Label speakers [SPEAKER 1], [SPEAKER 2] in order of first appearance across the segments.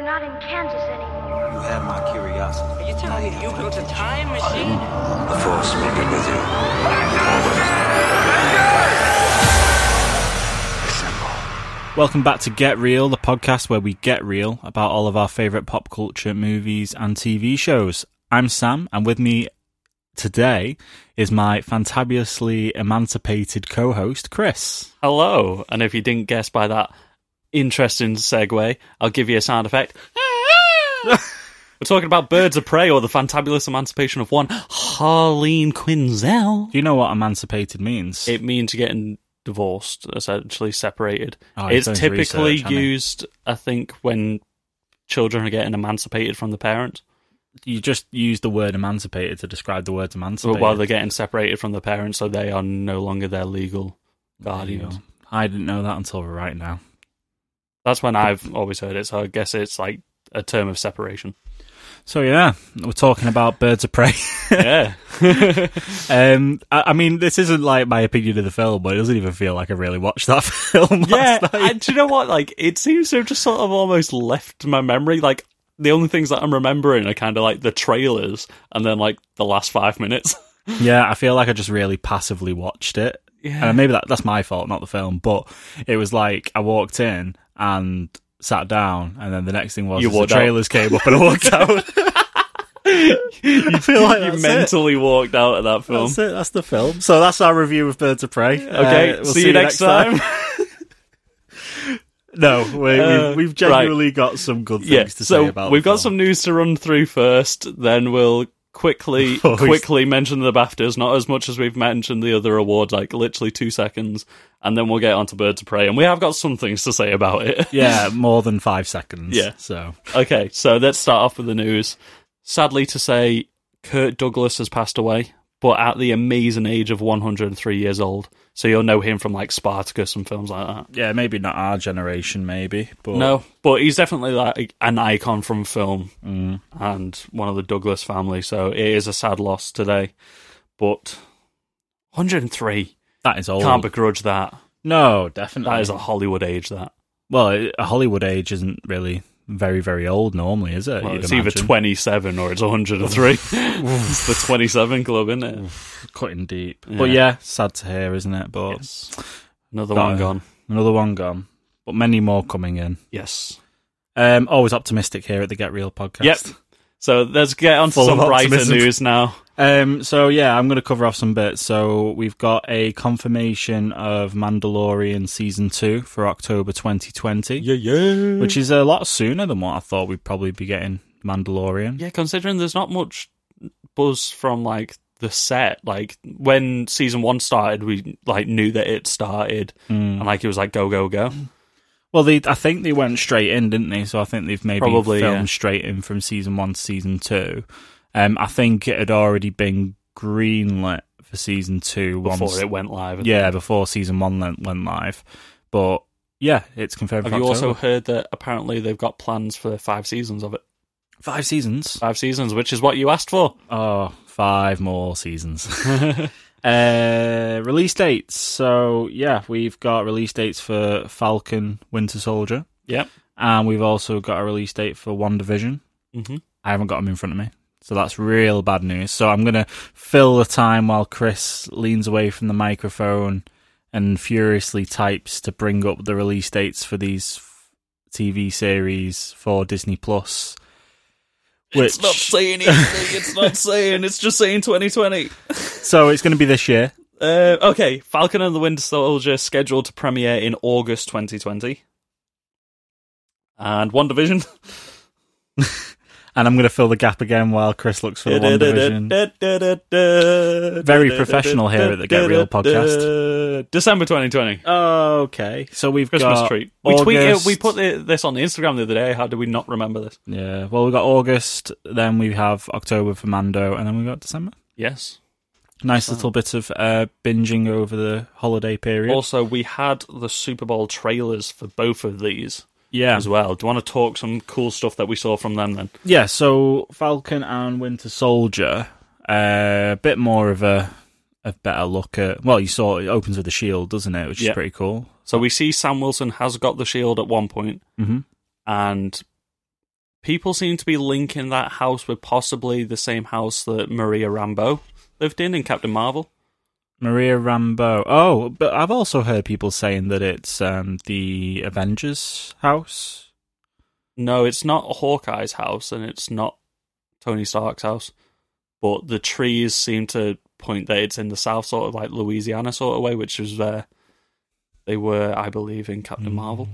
[SPEAKER 1] not in Kansas anymore.
[SPEAKER 2] You have my curiosity.
[SPEAKER 3] Are you telling me you built a time machine?
[SPEAKER 2] The force may be with you.
[SPEAKER 4] Welcome back to Get Real, the podcast where we get real about all of our favourite pop culture movies and TV shows. I'm Sam, and with me today is my fantabulously emancipated co host, Chris.
[SPEAKER 5] Hello. And if you didn't guess by that interesting segue, I'll give you a sound effect. We're talking about Birds of Prey or the fantabulous emancipation of one Harleen Quinzel.
[SPEAKER 4] Do you know what emancipated means?
[SPEAKER 5] It means you're getting divorced, essentially separated.
[SPEAKER 4] Oh, he's
[SPEAKER 5] it's
[SPEAKER 4] done his
[SPEAKER 5] typically
[SPEAKER 4] research, hasn't he?
[SPEAKER 5] used, I think, when children are getting emancipated from the parent.
[SPEAKER 4] you just use the word emancipated to describe the words
[SPEAKER 5] Well,
[SPEAKER 4] emancipated.
[SPEAKER 5] while they're getting separated from the parent, so they are no longer their legal guardians.
[SPEAKER 4] I didn't know that until right now.
[SPEAKER 5] That's when I've always heard it, so I guess it's like a term of separation.
[SPEAKER 4] So, yeah, we're talking about Birds of Prey.
[SPEAKER 5] Yeah.
[SPEAKER 4] Um, I, I mean, this isn't like my opinion of the film, but it doesn't even feel like I really watched that film.
[SPEAKER 5] Yeah,
[SPEAKER 4] last night.
[SPEAKER 5] and do you know what? Like, it seems to have just sort of almost left my memory. Like, the only things that I'm remembering are kind of like the trailers and then like the last five minutes.
[SPEAKER 4] yeah, I feel like I just really passively watched it.
[SPEAKER 5] Yeah.
[SPEAKER 4] And maybe that, that's my fault, not the film, but it was like I walked in and sat down, and then the next thing was
[SPEAKER 5] You
[SPEAKER 4] is the
[SPEAKER 5] walked out.
[SPEAKER 4] trailers came up and I walked out. I feel like
[SPEAKER 5] you
[SPEAKER 4] that's it.
[SPEAKER 5] mentally walked out of that film.
[SPEAKER 4] That's it. That's the film. So that's our review of Birds of Prey.
[SPEAKER 5] Okay,
[SPEAKER 4] Uh, we'll
[SPEAKER 5] see, you next time.
[SPEAKER 4] No, we,
[SPEAKER 5] Uh,
[SPEAKER 4] we've, we've genuinely got some good things
[SPEAKER 5] yeah,
[SPEAKER 4] to
[SPEAKER 5] so
[SPEAKER 4] say about.
[SPEAKER 5] we've
[SPEAKER 4] the
[SPEAKER 5] got
[SPEAKER 4] film.
[SPEAKER 5] some news to run through first. Then we'll quickly,
[SPEAKER 4] Oh, he's-
[SPEAKER 5] quickly mention the Baftas. Not as much as we've mentioned the other awards, like literally two seconds, and then we'll get on to Birds of Prey. And we have got some things to say about it.
[SPEAKER 4] yeah, more than five seconds.
[SPEAKER 5] Yeah.
[SPEAKER 4] So
[SPEAKER 5] Okay, so let's start off with the news. Sadly to say, Kurt Douglas has passed away, but at the amazing age of 103 years old. So you'll know him from like Spartacus and films like that.
[SPEAKER 4] yeah, maybe not our generation, maybe, but
[SPEAKER 5] No, but he's definitely like an icon from film
[SPEAKER 4] Mm.
[SPEAKER 5] and one of the Douglas family. So it is a sad loss today, but 103
[SPEAKER 4] that is old.
[SPEAKER 5] can't begrudge that.
[SPEAKER 4] no, definitely.
[SPEAKER 5] That is a Hollywood age. That
[SPEAKER 4] well, it- a Hollywood age isn't really very very old normally, is it?
[SPEAKER 5] well,
[SPEAKER 4] You'd
[SPEAKER 5] it's either
[SPEAKER 4] imagine.
[SPEAKER 5] 27 or it's 103. it's the 27 club, isn't it?
[SPEAKER 4] cutting deep.
[SPEAKER 5] Yeah.
[SPEAKER 4] But yeah, sad to hear, isn't it? But
[SPEAKER 5] Another
[SPEAKER 4] Got
[SPEAKER 5] one
[SPEAKER 4] it.
[SPEAKER 5] gone.
[SPEAKER 4] another one gone, but many more coming in.
[SPEAKER 5] Yes.
[SPEAKER 4] Um, always optimistic here at the Get Real podcast.
[SPEAKER 5] Yep. So let's get on
[SPEAKER 4] Full
[SPEAKER 5] to some
[SPEAKER 4] of
[SPEAKER 5] brighter
[SPEAKER 4] optimism.
[SPEAKER 5] news now.
[SPEAKER 4] Um, so yeah, I'm going to cover off some bits. So we've got a confirmation of Mandalorian season two for October 2020,
[SPEAKER 5] yeah.
[SPEAKER 4] which is a lot sooner than what I thought we'd probably be getting Mandalorian.
[SPEAKER 5] Yeah, considering there's not much buzz from like the set. Like when season one started, we like knew that it started, and like it was like go go go.
[SPEAKER 4] Well, they I think they went straight in, didn't they? So I think they've maybe
[SPEAKER 5] Probably,
[SPEAKER 4] filmed
[SPEAKER 5] yeah.
[SPEAKER 4] straight in from season one to season two. Um, I think it had already been greenlit for season two
[SPEAKER 5] Before
[SPEAKER 4] once,
[SPEAKER 5] it went live.
[SPEAKER 4] yeah, before season one went, went live. But yeah, it's confirmed.
[SPEAKER 5] Have
[SPEAKER 4] for
[SPEAKER 5] you also
[SPEAKER 4] October.
[SPEAKER 5] heard that apparently they've got plans for five seasons of it?
[SPEAKER 4] five seasons?
[SPEAKER 5] Five seasons, which is what you asked for.
[SPEAKER 4] Oh, five more seasons. uh, release dates. So, yeah, we've got release dates for Falcon Winter Soldier,
[SPEAKER 5] Yep.
[SPEAKER 4] and we've also got a release date for WandaVision.
[SPEAKER 5] hmm
[SPEAKER 4] I haven't got them in front of me. So that's real bad news. So I'm going to fill the time while Chris leans away from the microphone and furiously types to bring up the release dates for these f- TV series for Disney Plus.
[SPEAKER 5] It's not saying anything. it's not saying. It's just saying 2020.
[SPEAKER 4] So it's going to be this year.
[SPEAKER 5] Uh, okay, Falcon and the Winter Soldier scheduled to premiere in August 2020. And One Division.
[SPEAKER 4] And I'm going to fill the gap again while Chris looks for the one division.
[SPEAKER 5] Very
[SPEAKER 4] professional here at the Get Real podcast.
[SPEAKER 5] December 2020.
[SPEAKER 4] Okay, so we've
[SPEAKER 5] Christmas
[SPEAKER 4] got
[SPEAKER 5] treat. We tweeted,
[SPEAKER 4] August-
[SPEAKER 5] we put the- this on the Instagram the other day. How do we not remember this?
[SPEAKER 4] yeah. Well, we've got August, then we have October for Mando, and then we've got December.
[SPEAKER 5] Yes.
[SPEAKER 4] Nice little bit of uh, binging over the holiday period.
[SPEAKER 5] Also, we had the Super Bowl trailers for both of these
[SPEAKER 4] yeah,
[SPEAKER 5] as well. Do you want to talk some cool stuff that we saw from them then?
[SPEAKER 4] yeah. So Falcon and Winter Soldier, uh, a bit more of a a better look at. Well, you saw it opens with the shield, doesn't it? Which
[SPEAKER 5] Yeah.
[SPEAKER 4] is pretty cool. Mm-hmm.
[SPEAKER 5] So we see Sam Wilson has got the shield at one point,
[SPEAKER 4] Mhm.
[SPEAKER 5] and people seem to be linking that house with possibly the same house that Maria Rambo lived in in Captain Marvel.
[SPEAKER 4] Maria Rambo. Oh, but I've also heard people saying that it's um, the Avengers house.
[SPEAKER 5] No, it's not Hawkeye's house and it's not Tony Stark's house, but the trees seem to point that it's in the south, sort of like Louisiana, sort of way, which is where they were, I believe, in Captain
[SPEAKER 4] Mm,
[SPEAKER 5] Marvel.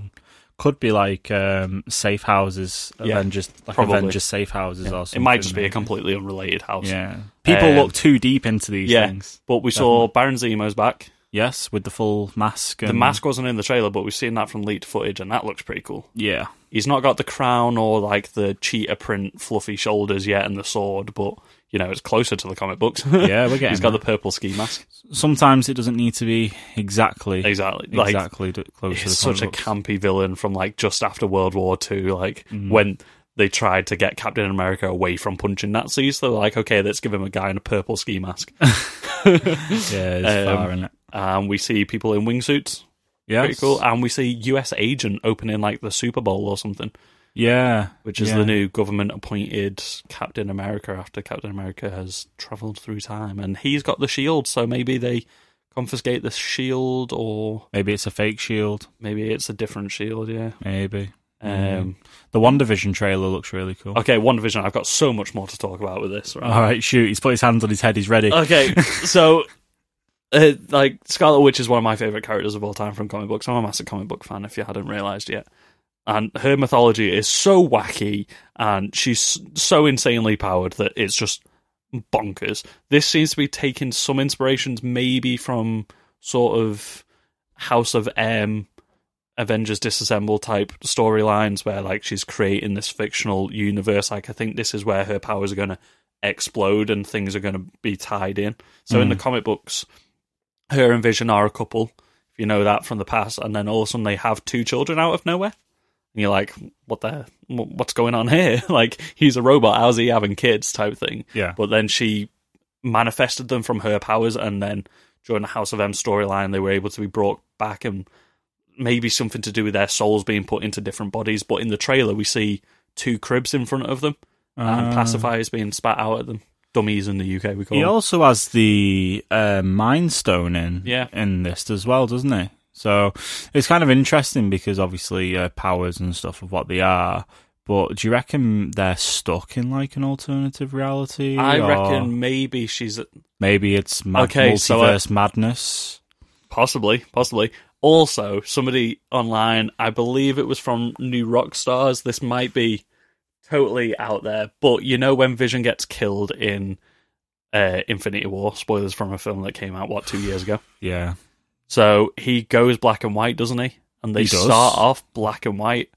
[SPEAKER 4] Could be like um, safe houses,
[SPEAKER 5] Yeah,
[SPEAKER 4] Avengers, like
[SPEAKER 5] probably.
[SPEAKER 4] Avengers safe houses or
[SPEAKER 5] It
[SPEAKER 4] something.
[SPEAKER 5] might just be a
[SPEAKER 4] maybe.
[SPEAKER 5] completely unrelated house.
[SPEAKER 4] Yeah, people
[SPEAKER 5] Um,
[SPEAKER 4] look too deep into these
[SPEAKER 5] Yeah,
[SPEAKER 4] things.
[SPEAKER 5] but we saw Baron Zemo's back.
[SPEAKER 4] Yes, with the full mask. And,
[SPEAKER 5] The mask wasn't in the trailer, but we've seen that from leaked footage, and that looks pretty cool.
[SPEAKER 4] Yeah,
[SPEAKER 5] He's not got the crown or like the cheetah print fluffy shoulders yet, and the sword, but you know it's closer to the comic books.
[SPEAKER 4] yeah, we're getting.
[SPEAKER 5] he's got the
[SPEAKER 4] there.
[SPEAKER 5] purple ski mask.
[SPEAKER 4] Sometimes it doesn't need to be exactly,
[SPEAKER 5] Exactly, like
[SPEAKER 4] exactly d- close to the
[SPEAKER 5] he's such a
[SPEAKER 4] comic books.
[SPEAKER 5] campy villain from like just after World War Two, like
[SPEAKER 4] Mm-hmm.
[SPEAKER 5] when they tried to get Captain America away from punching Nazis. They're like, okay, let's give him a guy in a purple ski mask,
[SPEAKER 4] Yeah, it's
[SPEAKER 5] um,
[SPEAKER 4] far in it.
[SPEAKER 5] and we see people in wingsuits.
[SPEAKER 4] Yeah,
[SPEAKER 5] Pretty cool, and we see U.S. agent opening like the Super Bowl or something.
[SPEAKER 4] Yeah,
[SPEAKER 5] which is
[SPEAKER 4] yeah.
[SPEAKER 5] the new government appointed Captain America after Captain America has traveled through time and he's got the shield so maybe they confiscate the shield or
[SPEAKER 4] Maybe it's a fake shield.
[SPEAKER 5] maybe it's a different shield yeah
[SPEAKER 4] Maybe
[SPEAKER 5] um
[SPEAKER 4] the WandaVision trailer looks really cool.
[SPEAKER 5] okay one division i've got so much more to talk about with this right?
[SPEAKER 4] All right, shoot. He's put his hands on his head. He's ready.
[SPEAKER 5] okay so uh, like scarlet witch is one of my favorite characters of all time from comic books i'm a massive comic book fan if you hadn't realized yet and her mythology is so wacky and she's so insanely powered that it's just bonkers this seems to be taking some inspirations maybe from sort of house of m avengers disassemble type storylines where like she's creating this fictional universe like i think this is where her powers are going to explode and things are going to be tied in so in the comic books her and vision are a couple if you know that from the past and then all of a sudden they have two children out of nowhere and you're like, what the, wh- what's going on here? like, he's a robot. How's he having kids? Type thing.
[SPEAKER 4] Yeah.
[SPEAKER 5] But then she manifested them from her powers, and then during the House of M storyline, they were able to be brought back, and maybe something to do with their souls being put into different bodies. But in the trailer, we see two cribs in front of them and pacifiers being spat out at them. Dummies in the UK, we call
[SPEAKER 4] He
[SPEAKER 5] them.
[SPEAKER 4] also has the uh, Mind Stone in
[SPEAKER 5] Yeah.
[SPEAKER 4] in this as well, doesn't he? So it's kind of interesting because obviously uh, powers and stuff of what they are. But do you reckon they're stuck in like an alternative reality?
[SPEAKER 5] I
[SPEAKER 4] or
[SPEAKER 5] reckon maybe she's
[SPEAKER 4] maybe it's mad-
[SPEAKER 5] Okay,
[SPEAKER 4] multiverse
[SPEAKER 5] so uh, I-
[SPEAKER 4] madness.
[SPEAKER 5] Possibly, possibly. Also, somebody online, I believe it was from New Rock Stars. This might be totally out there, but you know when Vision gets killed in uh, Infinity War, spoilers from a film that came out what two years ago.
[SPEAKER 4] Yeah,
[SPEAKER 5] So he goes black and white, doesn't he? And they
[SPEAKER 4] He does.
[SPEAKER 5] start off black and white.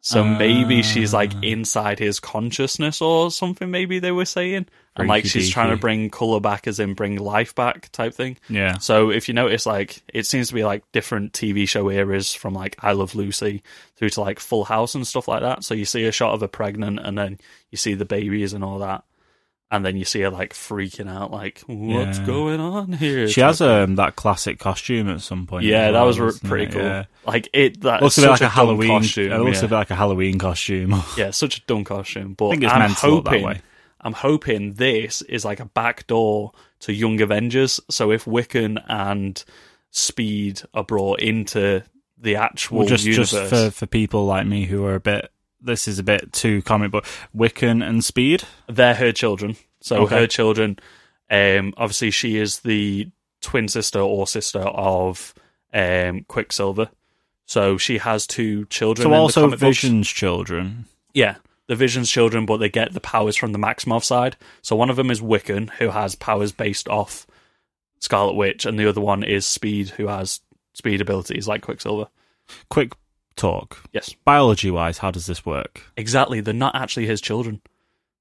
[SPEAKER 5] So maybe
[SPEAKER 4] Ah.
[SPEAKER 5] she's like inside his consciousness or something. Maybe they were saying, and like she's
[SPEAKER 4] Freaky
[SPEAKER 5] trying to
[SPEAKER 4] deaky.
[SPEAKER 5] bring color back, as in bring life back, type thing.
[SPEAKER 4] yeah,
[SPEAKER 5] So if you notice, like it seems to be like different TV show eras from like I Love Lucy through to like Full House and stuff like that. So you see a shot of her pregnant, and then you see the babies and all that, and then you see her like freaking out, like what's
[SPEAKER 4] Yeah.
[SPEAKER 5] going on here?
[SPEAKER 4] she has um, that classic costume at some point.
[SPEAKER 5] yeah,
[SPEAKER 4] as
[SPEAKER 5] that
[SPEAKER 4] well,
[SPEAKER 5] was re-
[SPEAKER 4] wasn't
[SPEAKER 5] pretty
[SPEAKER 4] it?
[SPEAKER 5] cool.
[SPEAKER 4] Yeah.
[SPEAKER 5] Like it, that
[SPEAKER 4] Looks a
[SPEAKER 5] such
[SPEAKER 4] bit like a,
[SPEAKER 5] dumb
[SPEAKER 4] Halloween.
[SPEAKER 5] costume.
[SPEAKER 4] it looks
[SPEAKER 5] yeah.
[SPEAKER 4] a bit like a Halloween costume.
[SPEAKER 5] yeah, such a dumb costume. But I
[SPEAKER 4] think it's
[SPEAKER 5] am
[SPEAKER 4] meant to look
[SPEAKER 5] hoping,
[SPEAKER 4] that way.
[SPEAKER 5] I'm hoping this is like a backdoor to Young Avengers. So if Wiccan and Speed are brought into the actual
[SPEAKER 4] Well, just
[SPEAKER 5] universe,
[SPEAKER 4] just for, for people like me who are a bit this is a bit too comic book Wiccan and Speed.
[SPEAKER 5] they're her children. So
[SPEAKER 4] Okay.
[SPEAKER 5] her children, um, obviously she is the twin sister or sister of um, Quicksilver. So she has two children.
[SPEAKER 4] So
[SPEAKER 5] in the
[SPEAKER 4] also
[SPEAKER 5] comic books.
[SPEAKER 4] Vision's children.
[SPEAKER 5] Yeah, the Vision's children, but they get the powers from the Maximov side. So one of them is Wiccan, who has powers based off Scarlet Witch, and the other one is Speed, who has speed abilities like Quicksilver.
[SPEAKER 4] Quick talk.
[SPEAKER 5] Yes,
[SPEAKER 4] Biology wise, how does this work?
[SPEAKER 5] exactly. They're not actually his children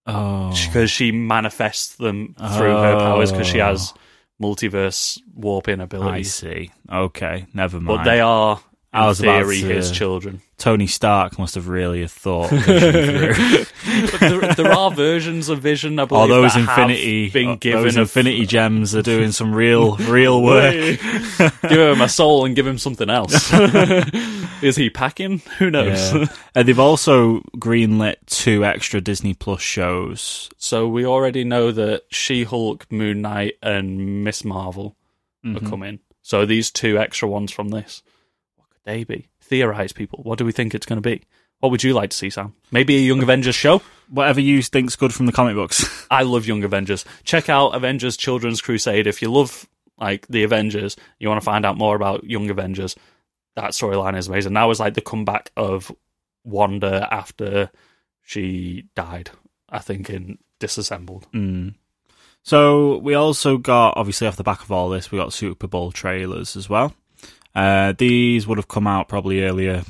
[SPEAKER 4] Oh,
[SPEAKER 5] because she manifests them through her powers because she
[SPEAKER 4] Oh.
[SPEAKER 5] has multiverse warping
[SPEAKER 4] I
[SPEAKER 5] abilities.
[SPEAKER 4] see. Okay, never mind.
[SPEAKER 5] But they are, in
[SPEAKER 4] I was about
[SPEAKER 5] theory,
[SPEAKER 4] to-
[SPEAKER 5] his children.
[SPEAKER 4] Tony Stark must have really have thought. Vision through.
[SPEAKER 5] But there, there are versions of Vision, I believe,
[SPEAKER 4] All those
[SPEAKER 5] that have
[SPEAKER 4] Infinity, uh,
[SPEAKER 5] been given
[SPEAKER 4] those
[SPEAKER 5] a-
[SPEAKER 4] Infinity gems are doing some real, real work.
[SPEAKER 5] give him a soul and give him something else. Is he packing? Who knows?
[SPEAKER 4] Yeah. Uh, they've also greenlit two extra Disney Plus shows.
[SPEAKER 5] So we already know that She Hulk, Moon Knight, and Miss Marvel are coming. So these two extra ones from this, what could they be? Theorize, people. What do we think it's going to be? What would you like to see, Sam? Maybe a Young Avengers show?
[SPEAKER 4] Whatever you think's good from the comic books.
[SPEAKER 5] I love Young Avengers. Check out Avengers Children's Crusade if you love like the Avengers. You want to find out more about Young Avengers. That storyline is amazing. That was like the comeback of Wanda after she died. I think in Disassembled.
[SPEAKER 4] Mm-hmm. so we also got, obviously, off the back of all this, we got Super Bowl trailers as well. Uh, these would have come out probably earlier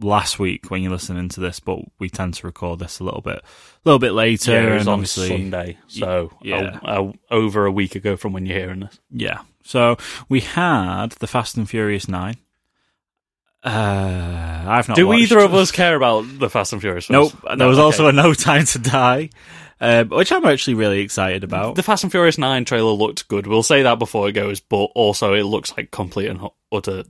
[SPEAKER 4] last week when you're listening to this, but we tend to record this a little bit, a little bit later.
[SPEAKER 5] Yeah, it was
[SPEAKER 4] and
[SPEAKER 5] on
[SPEAKER 4] obviously,
[SPEAKER 5] Sunday, so
[SPEAKER 4] yeah.
[SPEAKER 5] a- a- over a week ago from when you're hearing this.
[SPEAKER 4] Yeah. So we had the Fast and Furious Nine. Uh, I've not.
[SPEAKER 5] Do
[SPEAKER 4] watched-
[SPEAKER 5] either of us care about the Fast and Furious?
[SPEAKER 4] Nope.
[SPEAKER 5] films?
[SPEAKER 4] There
[SPEAKER 5] No,
[SPEAKER 4] was
[SPEAKER 5] okay.
[SPEAKER 4] also a No Time to Die, um, which I'm actually really excited about.
[SPEAKER 5] the Fast and Furious Nine trailer looked good. We'll say that before it goes, but also it looks like complete and hu- utter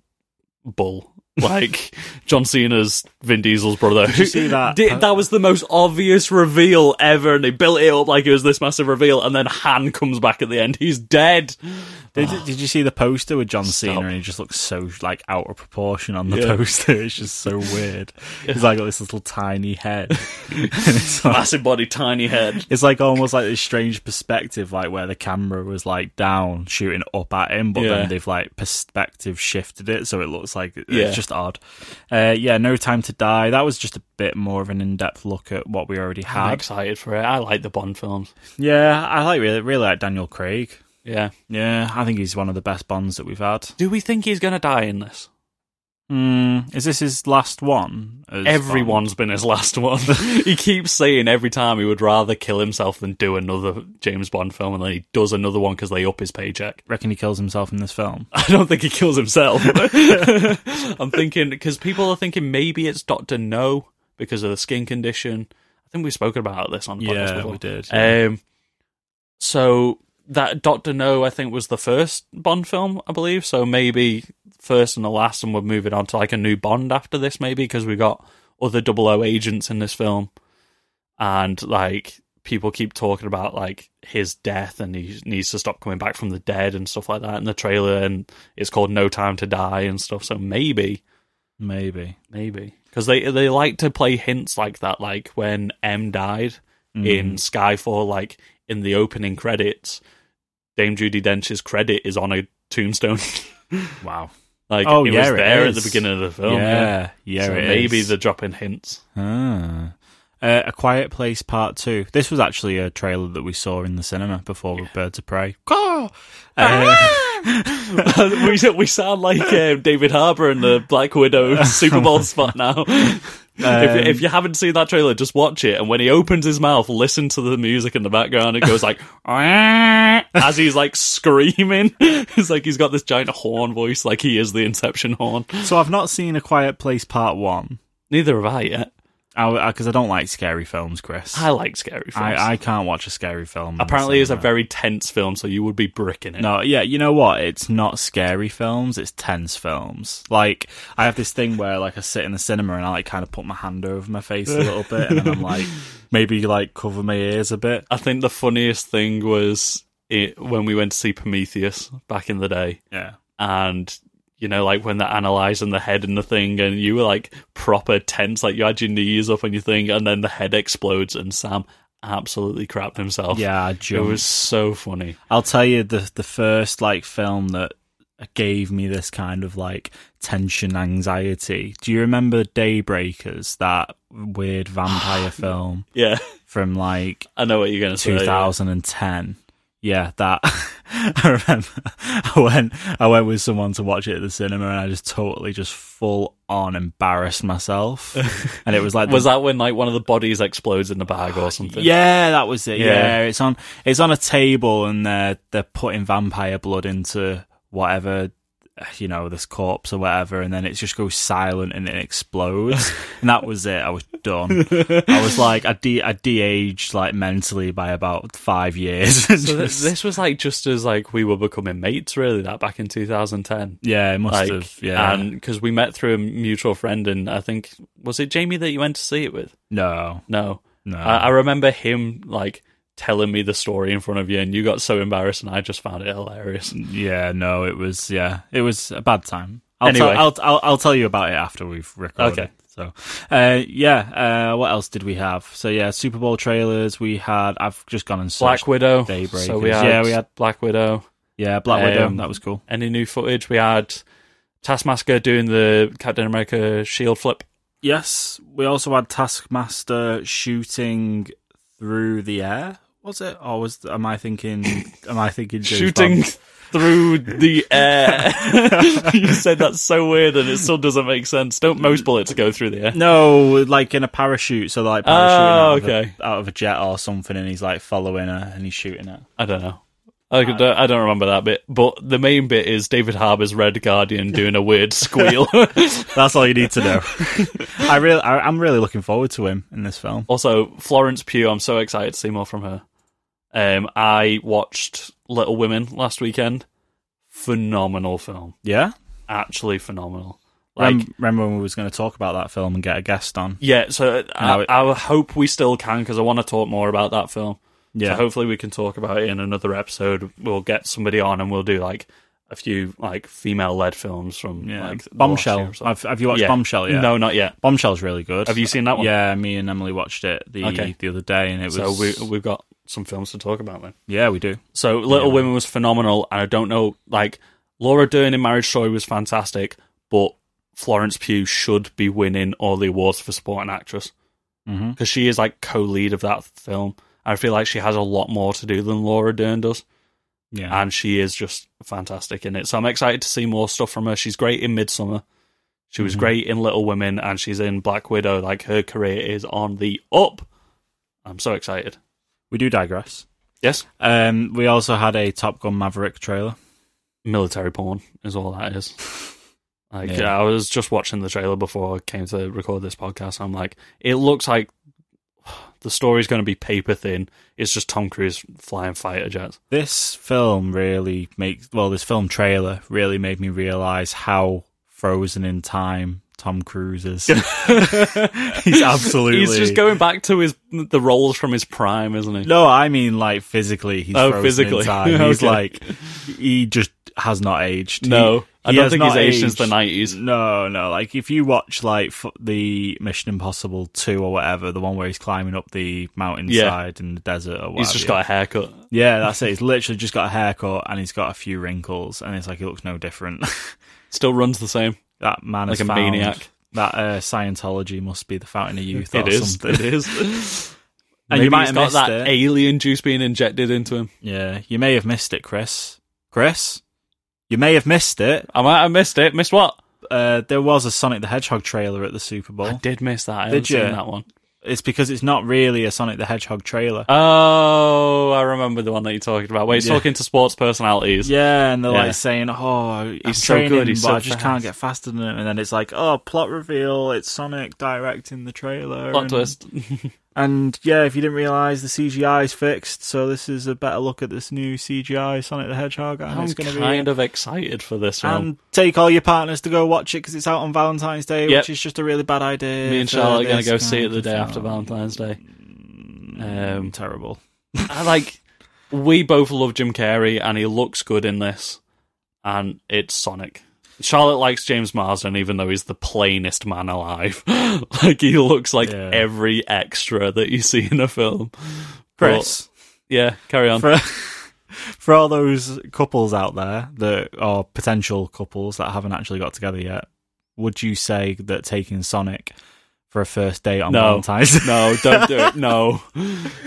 [SPEAKER 5] bull. Like John Cena's Vin Diesel's brother.
[SPEAKER 4] Did you see that?
[SPEAKER 5] Did- that was the most obvious reveal ever, and they built it up like it was this massive reveal, and then Han comes back at the end. He's dead.
[SPEAKER 4] Did, did you see the poster with John
[SPEAKER 5] Stop.
[SPEAKER 4] Cena? And he just looks so like out of proportion on the
[SPEAKER 5] Yeah.
[SPEAKER 4] poster. It's just so weird. He's like got this little tiny head. And it's like-
[SPEAKER 5] Massive body, tiny head.
[SPEAKER 4] It's like almost like this strange perspective, like where the camera was like down shooting up at him, but
[SPEAKER 5] Yeah.
[SPEAKER 4] then they've like perspective shifted it, so it looks like it's
[SPEAKER 5] Yeah.
[SPEAKER 4] just odd. Uh, yeah, No Time to Die. That was just a bit more of an in-depth look at what we already
[SPEAKER 5] I'm
[SPEAKER 4] had.
[SPEAKER 5] excited for it. I like the Bond films.
[SPEAKER 4] Yeah, I like really, really like Daniel Craig.
[SPEAKER 5] Yeah.
[SPEAKER 4] Yeah, I think he's one of the best Bonds that we've had.
[SPEAKER 5] Do we think he's going to die in this?
[SPEAKER 4] Mm, is this his last one? as Bond?
[SPEAKER 5] Everyone's been his last one. he keeps saying every time he would rather kill himself than do another James Bond film, and then he does another one because they up his paycheck.
[SPEAKER 4] Reckon he kills himself in this film.
[SPEAKER 5] I don't think he kills himself. I'm thinking because people are thinking maybe it's Doctor No because of the skin condition. I think we've spoken about this on the podcast
[SPEAKER 4] Yeah,
[SPEAKER 5] before.
[SPEAKER 4] we did,
[SPEAKER 5] Um, so that Doctor No, I think, was the first Bond film, I believe. So maybe first and the last, and we're moving on to like a new Bond after this, maybe because we got other 00 agents in this film, and like people keep talking about like his death and he needs to stop coming back from the dead and stuff like that in the trailer, and it's called No Time to Die and stuff. So maybe
[SPEAKER 4] Maybe.
[SPEAKER 5] Maybe because they they like to play hints like that, like when M died
[SPEAKER 4] Mm.
[SPEAKER 5] in Skyfall, like in the opening credits, Dame Judy Dench's credit is on a tombstone.
[SPEAKER 4] Wow.
[SPEAKER 5] like
[SPEAKER 4] Oh,
[SPEAKER 5] it
[SPEAKER 4] yeah,
[SPEAKER 5] was
[SPEAKER 4] it
[SPEAKER 5] there at
[SPEAKER 4] is.
[SPEAKER 5] the beginning of the film.
[SPEAKER 4] yeah, yeah.
[SPEAKER 5] So
[SPEAKER 4] it
[SPEAKER 5] maybe
[SPEAKER 4] is.
[SPEAKER 5] they're dropping hints.
[SPEAKER 4] Ah. Uh, a Quiet Place Part 2. This was actually a trailer that we saw in the cinema before Birds of Prey. Ah! Uh,
[SPEAKER 5] we s- we sound like uh, David Harbour in the Black Widow Super Bowl spot now.
[SPEAKER 4] Um,
[SPEAKER 5] if, if you haven't seen that trailer, just watch it. And when he opens his mouth, listen to the music in the background. It goes like as he's like screaming. It's like he's got this giant horn voice, like he is the Inception horn.
[SPEAKER 4] so I've not seen A Quiet Place Part 1
[SPEAKER 5] Neither have I yet.
[SPEAKER 4] because I, don't like scary films, Chris.
[SPEAKER 5] I like scary films.
[SPEAKER 4] I, I can't watch a scary film. in the
[SPEAKER 5] Apparently, it's a
[SPEAKER 4] cinema.
[SPEAKER 5] very tense film, so you would be bricking it.
[SPEAKER 4] No, yeah, you know what? It's not scary films, it's tense films. Like I have this thing where like I sit in the cinema and I like kind of put my hand over my face a little bit and then I'm like maybe like cover my ears a bit.
[SPEAKER 5] I think the funniest thing was it, when we went to see Prometheus back in the day.
[SPEAKER 4] Yeah.
[SPEAKER 5] and you know, like when they're analyzing the head and the thing, and you were like proper tense, like you had your knees up on your thing, and then the head explodes, and Sam absolutely crapped himself.
[SPEAKER 4] Yeah, I
[SPEAKER 5] it
[SPEAKER 4] jumped.
[SPEAKER 5] was so funny.
[SPEAKER 4] I'll tell you the the first like film that gave me this kind of like tension anxiety. Do you remember Daybreakers, that weird vampire film
[SPEAKER 5] Yeah,
[SPEAKER 4] from like
[SPEAKER 5] I know what you're gonna say.
[SPEAKER 4] 2010? Yeah, that I remember. I went I went with someone to watch it at the cinema and I just totally just full on embarrassed myself. and it was like the
[SPEAKER 5] Was that when like one of the bodies explodes in the bag or something?
[SPEAKER 4] Yeah, that was it. Yeah.
[SPEAKER 5] Yeah.
[SPEAKER 4] it's on it's on a table and they're they're putting vampire blood into whatever uh, you know, this corpse or whatever, and then it just goes silent and it explodes. and that was it. I was done. I was like, I de I de-aged like mentally by about five years.
[SPEAKER 5] So th-
[SPEAKER 4] Just-
[SPEAKER 5] this was like just as like we were becoming mates, really. That back in 2010.
[SPEAKER 4] yeah, it must
[SPEAKER 5] Like,
[SPEAKER 4] have. Yeah,
[SPEAKER 5] and because we met through a mutual friend, and I think was it Jamie that you went to see it with?
[SPEAKER 4] no,
[SPEAKER 5] No,
[SPEAKER 4] no.
[SPEAKER 5] I, I remember him like telling me the story in front of you, and you got so embarrassed, and I just found it hilarious.
[SPEAKER 4] Yeah, no, it was yeah, it was a bad time. I'll
[SPEAKER 5] Anyway.
[SPEAKER 4] tell, I'll, I'll I'll tell you about it after we've recorded.
[SPEAKER 5] Okay.
[SPEAKER 4] So, uh, yeah, uh, what else did we have? So yeah, Super Bowl trailers. We had. I've just gone and
[SPEAKER 5] Black
[SPEAKER 4] searched.
[SPEAKER 5] Widow.
[SPEAKER 4] Daybreakers.
[SPEAKER 5] So we had,
[SPEAKER 4] Yeah, we had-
[SPEAKER 5] Black Widow.
[SPEAKER 4] yeah, Black Widow.
[SPEAKER 5] Um,
[SPEAKER 4] that was cool.
[SPEAKER 5] Any new footage? We had Taskmaster doing the Captain America shield flip.
[SPEAKER 4] Yes, we also had Taskmaster shooting through the air. Was it? Or was am I thinking? Am I thinking James
[SPEAKER 5] shooting
[SPEAKER 4] Bond?
[SPEAKER 5] through the air. you said that's so weird and it still doesn't make sense. Don't most bullets go through the air?
[SPEAKER 4] No, like in a parachute. So like parachuting
[SPEAKER 5] Oh,
[SPEAKER 4] out, of a-
[SPEAKER 5] okay.
[SPEAKER 4] out of a jet or something, and he's like following her and he's shooting her.
[SPEAKER 5] I don't know. I don't, I don't remember that bit, but the main bit is David Harbour's Red Guardian doing a weird squeal.
[SPEAKER 4] That's all you need to know. I really, I, I'm really looking forward to him in this film.
[SPEAKER 5] also, Florence Pugh, I'm so excited to see more from her. Um, I watched Little Women last weekend. Phenomenal film.
[SPEAKER 4] Yeah,
[SPEAKER 5] Actually phenomenal.
[SPEAKER 4] like
[SPEAKER 5] Like,
[SPEAKER 4] remember when we was going to talk about that film and get a guest on?
[SPEAKER 5] yeah, so I,
[SPEAKER 4] No, it-
[SPEAKER 5] I hope we still can because I want to talk more about that film.
[SPEAKER 4] Yeah,
[SPEAKER 5] So hopefully we can talk about it in another episode. We'll get somebody on and we'll do like a few like female led films from
[SPEAKER 4] yeah.
[SPEAKER 5] like the last year
[SPEAKER 4] Bombshell.
[SPEAKER 5] or so.
[SPEAKER 4] Have, have you watched
[SPEAKER 5] Yeah.
[SPEAKER 4] Bombshell yet?
[SPEAKER 5] No, not yet.
[SPEAKER 4] Bombshell's really good.
[SPEAKER 5] Have you seen that one?
[SPEAKER 4] Yeah, me and Emily watched it the
[SPEAKER 5] Okay.
[SPEAKER 4] the other day, and it was.
[SPEAKER 5] So we we've got some films to talk about then.
[SPEAKER 4] yeah, we do.
[SPEAKER 5] So Little Women was phenomenal, and I don't know like Laura Dern in Marriage Story was fantastic, but Florence Pugh should be winning all the awards for supporting actress
[SPEAKER 4] Mhm.
[SPEAKER 5] because she is like co-lead of that film. I feel like she has a lot more to do than Laura Dern does.
[SPEAKER 4] Yeah,
[SPEAKER 5] and she is just fantastic in it. So I'm excited to see more stuff from her. She's great in Midsummer. She was great in Little Women, and she's in Black Widow. Like her career is on the up. I'm so excited.
[SPEAKER 4] we do digress.
[SPEAKER 5] Yes,
[SPEAKER 4] Um, we also had a Top Gun Maverick trailer.
[SPEAKER 5] military porn is all that is. Like
[SPEAKER 4] Yeah.
[SPEAKER 5] I was just watching the trailer before I came to record this podcast. I'm like, it looks like the story's going to be paper thin. It's just Tom Cruise flying fighter jets.
[SPEAKER 4] This film really makes well. This film trailer really made me realize how frozen in time Tom Cruise is. He's absolutely.
[SPEAKER 5] He's just going back to his the roles from his prime, isn't he?
[SPEAKER 4] No, I mean like physically. He's
[SPEAKER 5] Oh,
[SPEAKER 4] frozen
[SPEAKER 5] physically.
[SPEAKER 4] In time. He's
[SPEAKER 5] Okay.
[SPEAKER 4] like he just has not aged.
[SPEAKER 5] No,
[SPEAKER 4] He-
[SPEAKER 5] I
[SPEAKER 4] he
[SPEAKER 5] don't
[SPEAKER 4] has
[SPEAKER 5] think he's
[SPEAKER 4] not
[SPEAKER 5] aged since the
[SPEAKER 4] aged.
[SPEAKER 5] nineties.
[SPEAKER 4] No, no. Like if you watch like f- the Mission Impossible two or whatever, the one where he's climbing up the mountainside in the desert or whatever.
[SPEAKER 5] He's just got a haircut.
[SPEAKER 4] yeah, that's it. He's literally just got a haircut and he's got a few wrinkles, and it's like he looks no different.
[SPEAKER 5] Still runs the same.
[SPEAKER 4] that man
[SPEAKER 5] Like
[SPEAKER 4] is
[SPEAKER 5] a
[SPEAKER 4] found
[SPEAKER 5] maniac.
[SPEAKER 4] That uh, Scientology must be the fountain of youth.
[SPEAKER 5] It
[SPEAKER 4] or
[SPEAKER 5] is.
[SPEAKER 4] Something.
[SPEAKER 5] It is.
[SPEAKER 4] And
[SPEAKER 5] Maybe
[SPEAKER 4] you might
[SPEAKER 5] he's
[SPEAKER 4] have
[SPEAKER 5] got
[SPEAKER 4] missed
[SPEAKER 5] that
[SPEAKER 4] it.
[SPEAKER 5] alien juice being injected into him.
[SPEAKER 4] Yeah, you may have missed it, Chris. Chris, you may have missed it.
[SPEAKER 5] I might have missed it. Missed what?
[SPEAKER 4] Uh, there was a Sonic the Hedgehog trailer at the Super
[SPEAKER 5] I
[SPEAKER 4] Bowl.
[SPEAKER 5] did miss that. I
[SPEAKER 4] Did
[SPEAKER 5] haven't seen
[SPEAKER 4] you?
[SPEAKER 5] that one.
[SPEAKER 4] It's because it's not really a Sonic the Hedgehog trailer.
[SPEAKER 5] Uh, Oh, I remember the one that you're talking about. Where he's
[SPEAKER 4] Yeah.
[SPEAKER 5] talking to sports personalities.
[SPEAKER 4] yeah, and they're
[SPEAKER 5] Yeah.
[SPEAKER 4] like saying, "Oh, he's
[SPEAKER 5] so
[SPEAKER 4] training,
[SPEAKER 5] good, he's
[SPEAKER 4] but
[SPEAKER 5] so
[SPEAKER 4] I just
[SPEAKER 5] fast."
[SPEAKER 4] can't get faster than him." And then it's like, "Oh, plot reveal! It's Sonic directing the trailer."
[SPEAKER 5] Plot
[SPEAKER 4] and,
[SPEAKER 5] twist.
[SPEAKER 4] And yeah, if you didn't realize, the CGI is fixed, so this is a better look at this new CGI Sonic the Hedgehog, and
[SPEAKER 5] I'm
[SPEAKER 4] it's going to be
[SPEAKER 5] kind of excited for this one.
[SPEAKER 4] and take all your partners to go watch it because it's out on Valentine's Day,
[SPEAKER 5] Yep.
[SPEAKER 4] which is just a really bad idea.
[SPEAKER 5] Me and
[SPEAKER 4] for
[SPEAKER 5] Charlotte are going
[SPEAKER 4] this
[SPEAKER 5] to go see it
[SPEAKER 4] kind
[SPEAKER 5] the
[SPEAKER 4] of
[SPEAKER 5] day after
[SPEAKER 4] film.
[SPEAKER 5] Valentine's Day. Um,
[SPEAKER 4] Terrible.
[SPEAKER 5] I like we both love Jim Carrey and he looks good in this and it's Sonic. Charlotte likes James Marsden even though he's the plainest man alive. like he looks like
[SPEAKER 4] Yeah.
[SPEAKER 5] every extra that you see in a film.
[SPEAKER 4] Chris,
[SPEAKER 5] But, yeah, carry on.
[SPEAKER 4] for for all those couples out there that are potential couples that haven't actually got together yet, would you say that taking Sonic for a first date on
[SPEAKER 5] No.
[SPEAKER 4] Valentine's?
[SPEAKER 5] no, don't do it. No.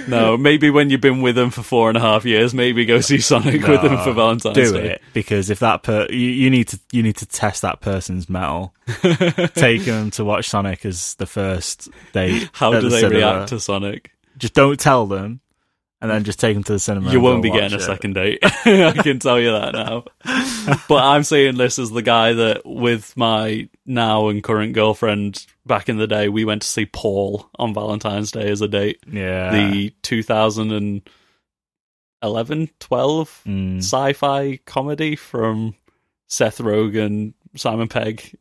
[SPEAKER 5] No. Maybe when you've been with him for four and a half years, maybe go see Sonic with him for Valentine's
[SPEAKER 4] do
[SPEAKER 5] Day.
[SPEAKER 4] it because if that per you, you need to you need to test that person's metal. Taking them to watch Sonic as the first date.
[SPEAKER 5] How
[SPEAKER 4] at
[SPEAKER 5] do
[SPEAKER 4] the
[SPEAKER 5] they
[SPEAKER 4] cinema.
[SPEAKER 5] react to Sonic?
[SPEAKER 4] Just don't tell them, and then just take them to the cinema.
[SPEAKER 5] You
[SPEAKER 4] and go
[SPEAKER 5] won't be
[SPEAKER 4] watch
[SPEAKER 5] getting a
[SPEAKER 4] it.
[SPEAKER 5] second date. I can tell you that now. but I'm saying this as the guy that, with my now and current girlfriend back in the day, we went to see Paul on Valentine's Day as a date.
[SPEAKER 4] Yeah.
[SPEAKER 5] the 2011 12
[SPEAKER 4] Mm.
[SPEAKER 5] sci fi comedy from Seth Rogen, Simon Pegg.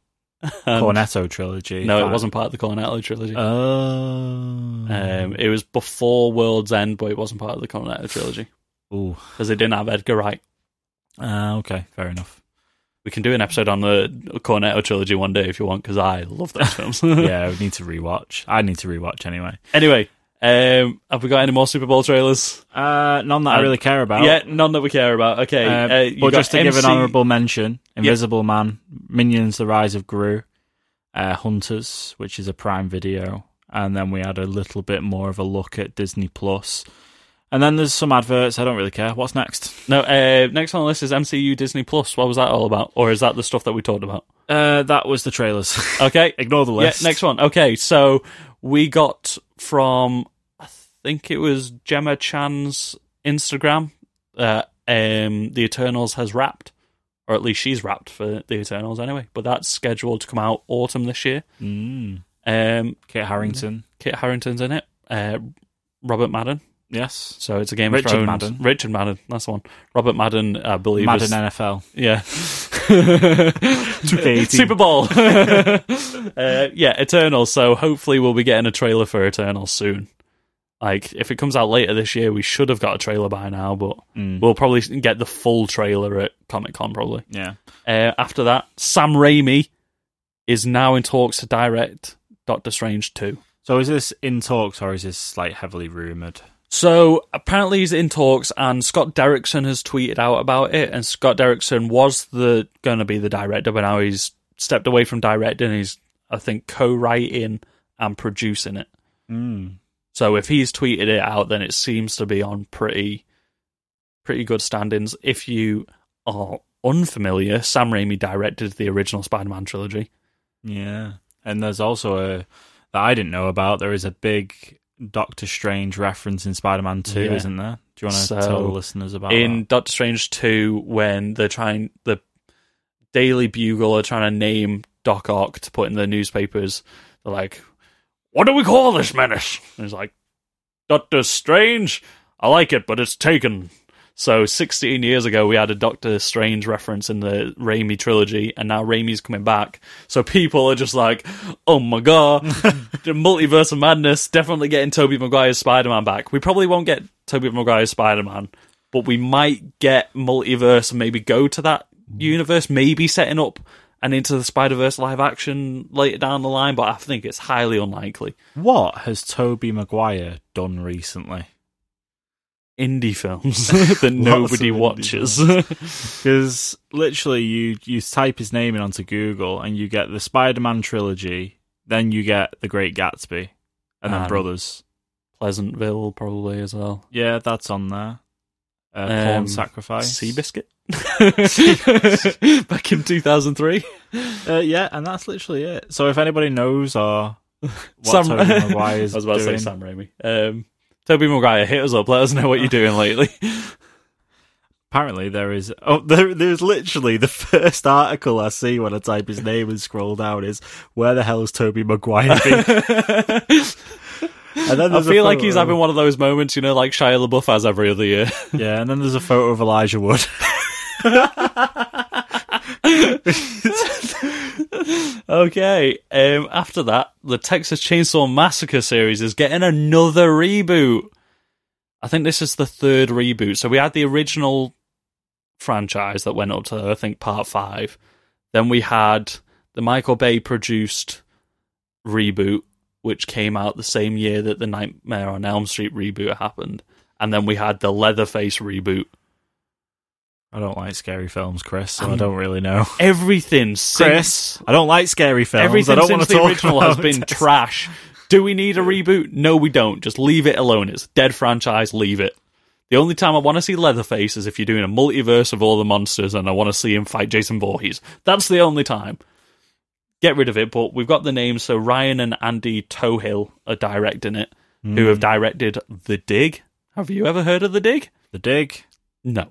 [SPEAKER 5] and-
[SPEAKER 4] Cornetto Oh. trilogy.
[SPEAKER 5] no, it wasn't part of the Cornetto trilogy.
[SPEAKER 4] Oh.
[SPEAKER 5] um, it was before World's End, but it wasn't part of the Cornetto trilogy
[SPEAKER 4] Ooh.
[SPEAKER 5] because they didn't have Edgar Wright.
[SPEAKER 4] Ah, okay. Fair enough.
[SPEAKER 5] We can do an episode on the Cornetto trilogy one day if you want, because I love those films.
[SPEAKER 4] Yeah, we need to rewatch. I need to rewatch anyway.
[SPEAKER 5] Anyway, um, have we got any more Super Bowl trailers?
[SPEAKER 4] Uh, none that I
[SPEAKER 5] Um,
[SPEAKER 4] really care about.
[SPEAKER 5] yeah, none that we care about. Okay,
[SPEAKER 4] Um,
[SPEAKER 5] uh, you
[SPEAKER 4] but
[SPEAKER 5] got
[SPEAKER 4] just to give an
[SPEAKER 5] MC
[SPEAKER 4] honourable mention, Invisible Man, Minions: The Rise of Gru, uh, Hunters, which is a Prime Video, and then we had a little bit more of a look at Disney Plus. And then there's some adverts. I don't really care. What's next?
[SPEAKER 5] No, uh, next on the list is MCU Disney Plus. What was that all about? Or is that the stuff that we talked about?
[SPEAKER 4] Uh, that was the trailers.
[SPEAKER 5] Okay.
[SPEAKER 4] Ignore the list.
[SPEAKER 5] Yeah, next one. Okay, so we got from I think it was Gemma Chan's Instagram. Uh, um, the Eternals has wrapped, or at least she's wrapped for the Eternals anyway. But that's scheduled to come out autumn this year.
[SPEAKER 4] Mm.
[SPEAKER 5] Um,
[SPEAKER 4] Kit Harrington.
[SPEAKER 5] Kit Harrington's in it. Uh, Robert Madden.
[SPEAKER 4] Yes.
[SPEAKER 5] So it's a Game
[SPEAKER 4] Richard
[SPEAKER 5] of Thrones.
[SPEAKER 4] Madden.
[SPEAKER 5] Richard Madden. That's the one. Robert Madden, I believe.
[SPEAKER 4] Madden eh?
[SPEAKER 5] is-
[SPEAKER 4] NFL.
[SPEAKER 5] Yeah. Super
[SPEAKER 4] Super
[SPEAKER 5] Bowl. uh, yeah, Eternal. So hopefully we'll be getting a trailer for Eternal soon. Like, if it comes out later this year, we should have got a trailer by now, but we'll probably get the full trailer at Comic Con, probably.
[SPEAKER 4] Yeah.
[SPEAKER 5] Uh, after that, Sam Raimi is now in talks to direct Doctor Strange 2.
[SPEAKER 4] So is this in talks or is this like heavily rumored?
[SPEAKER 5] So apparently he's in talks, and Scott Derrickson has tweeted out about it. And Scott Derrickson was the going to be the director, but now he's stepped away from directing. He's I think co-writing and producing it.
[SPEAKER 4] Mm.
[SPEAKER 5] So if he's tweeted it out, then it seems to be on pretty, pretty good standings. If you are unfamiliar, Sam Raimi directed the original Spider-Man trilogy.
[SPEAKER 4] Yeah. And there's also a that I didn't know about. There is a big Doctor Strange reference in Spider-Man 2,
[SPEAKER 5] Yeah.
[SPEAKER 4] isn't there? Do you want to
[SPEAKER 5] So,
[SPEAKER 4] tell the listeners about
[SPEAKER 5] in
[SPEAKER 4] that?
[SPEAKER 5] Doctor Strange 2 when they're trying the Daily Bugle are trying to name Doc Ock to put in the newspapers. They're like, "What do we call this menace?" And he's like, "Doctor Strange." I like it, but it's taken. So 16 years ago, we had a Doctor Strange reference in the Raimi trilogy, and now Raimi's coming back. So people are just like, oh my god, the multiverse of madness, definitely getting Tobey Maguire's Spider-Man back. We probably won't get Tobey Maguire's Spider-Man, but we might get multiverse and maybe go to that universe, maybe setting up an Into the Spider-Verse live action later down the line, but I think it's highly unlikely.
[SPEAKER 4] What has Toby Maguire done recently?
[SPEAKER 5] Indie films that nobody
[SPEAKER 4] of indie
[SPEAKER 5] watches.
[SPEAKER 4] Because literally, you you type his name in onto Google and you get the Spider-Man trilogy, then you get the Great Gatsby, and then
[SPEAKER 5] Um,
[SPEAKER 4] Brothers.
[SPEAKER 5] Pleasantville probably as well.
[SPEAKER 4] Yeah, that's on there. Uh,
[SPEAKER 5] Um,
[SPEAKER 4] Porn Sacrifice.
[SPEAKER 5] Seabiscuit. Back in 2003.
[SPEAKER 4] Uh, yeah, and that's literally it. So if anybody knows or what
[SPEAKER 5] Sam-
[SPEAKER 4] Tobey Maguire is
[SPEAKER 5] I was about
[SPEAKER 4] doing,
[SPEAKER 5] to say Sam Raimi. Um, Toby Maguire, hit us up. Let us know what you're doing lately.
[SPEAKER 4] apparently there is. Oh, there, there's literally the first article I see when I type his name and scroll down is where the hell is Toby Maguire? Been? and then
[SPEAKER 5] I
[SPEAKER 4] there's a
[SPEAKER 5] feel like he's
[SPEAKER 4] photo-
[SPEAKER 5] having one of those moments, you know, like Shia LaBeouf has every other year.
[SPEAKER 4] Yeah, and then there's a photo of Elijah Wood.
[SPEAKER 5] okay. Um, after that, the Texas Chainsaw Massacre series is getting another reboot. I think this is the third reboot. So we had the original franchise that went up to, I think, part five. Then we had the Michael Bay produced reboot, which came out the same year that the Nightmare on Elm Street reboot happened. And then we had the Leatherface reboot.
[SPEAKER 4] I don't like scary films, Chris. So I
[SPEAKER 5] Um,
[SPEAKER 4] don't really know.
[SPEAKER 5] Everything since.
[SPEAKER 4] Chris, I don't like scary films.
[SPEAKER 5] Everything
[SPEAKER 4] I don't
[SPEAKER 5] since
[SPEAKER 4] want to
[SPEAKER 5] the
[SPEAKER 4] talk
[SPEAKER 5] original
[SPEAKER 4] about
[SPEAKER 5] has been
[SPEAKER 4] it.
[SPEAKER 5] trash. Do we need a reboot? No, we don't. Just leave it alone. It's a dead franchise. Leave it. The only time I want to see Leatherface is if you're doing a multiverse of all the monsters and I want to see him fight Jason Voorhees. That's the only time. Get rid of it, but we've got the names. So
[SPEAKER 4] Hmm.
[SPEAKER 5] Ryan and Andy Tohill are directing it, who have directed The Dig. Have you ever heard of the dig?
[SPEAKER 4] The dig.
[SPEAKER 5] No.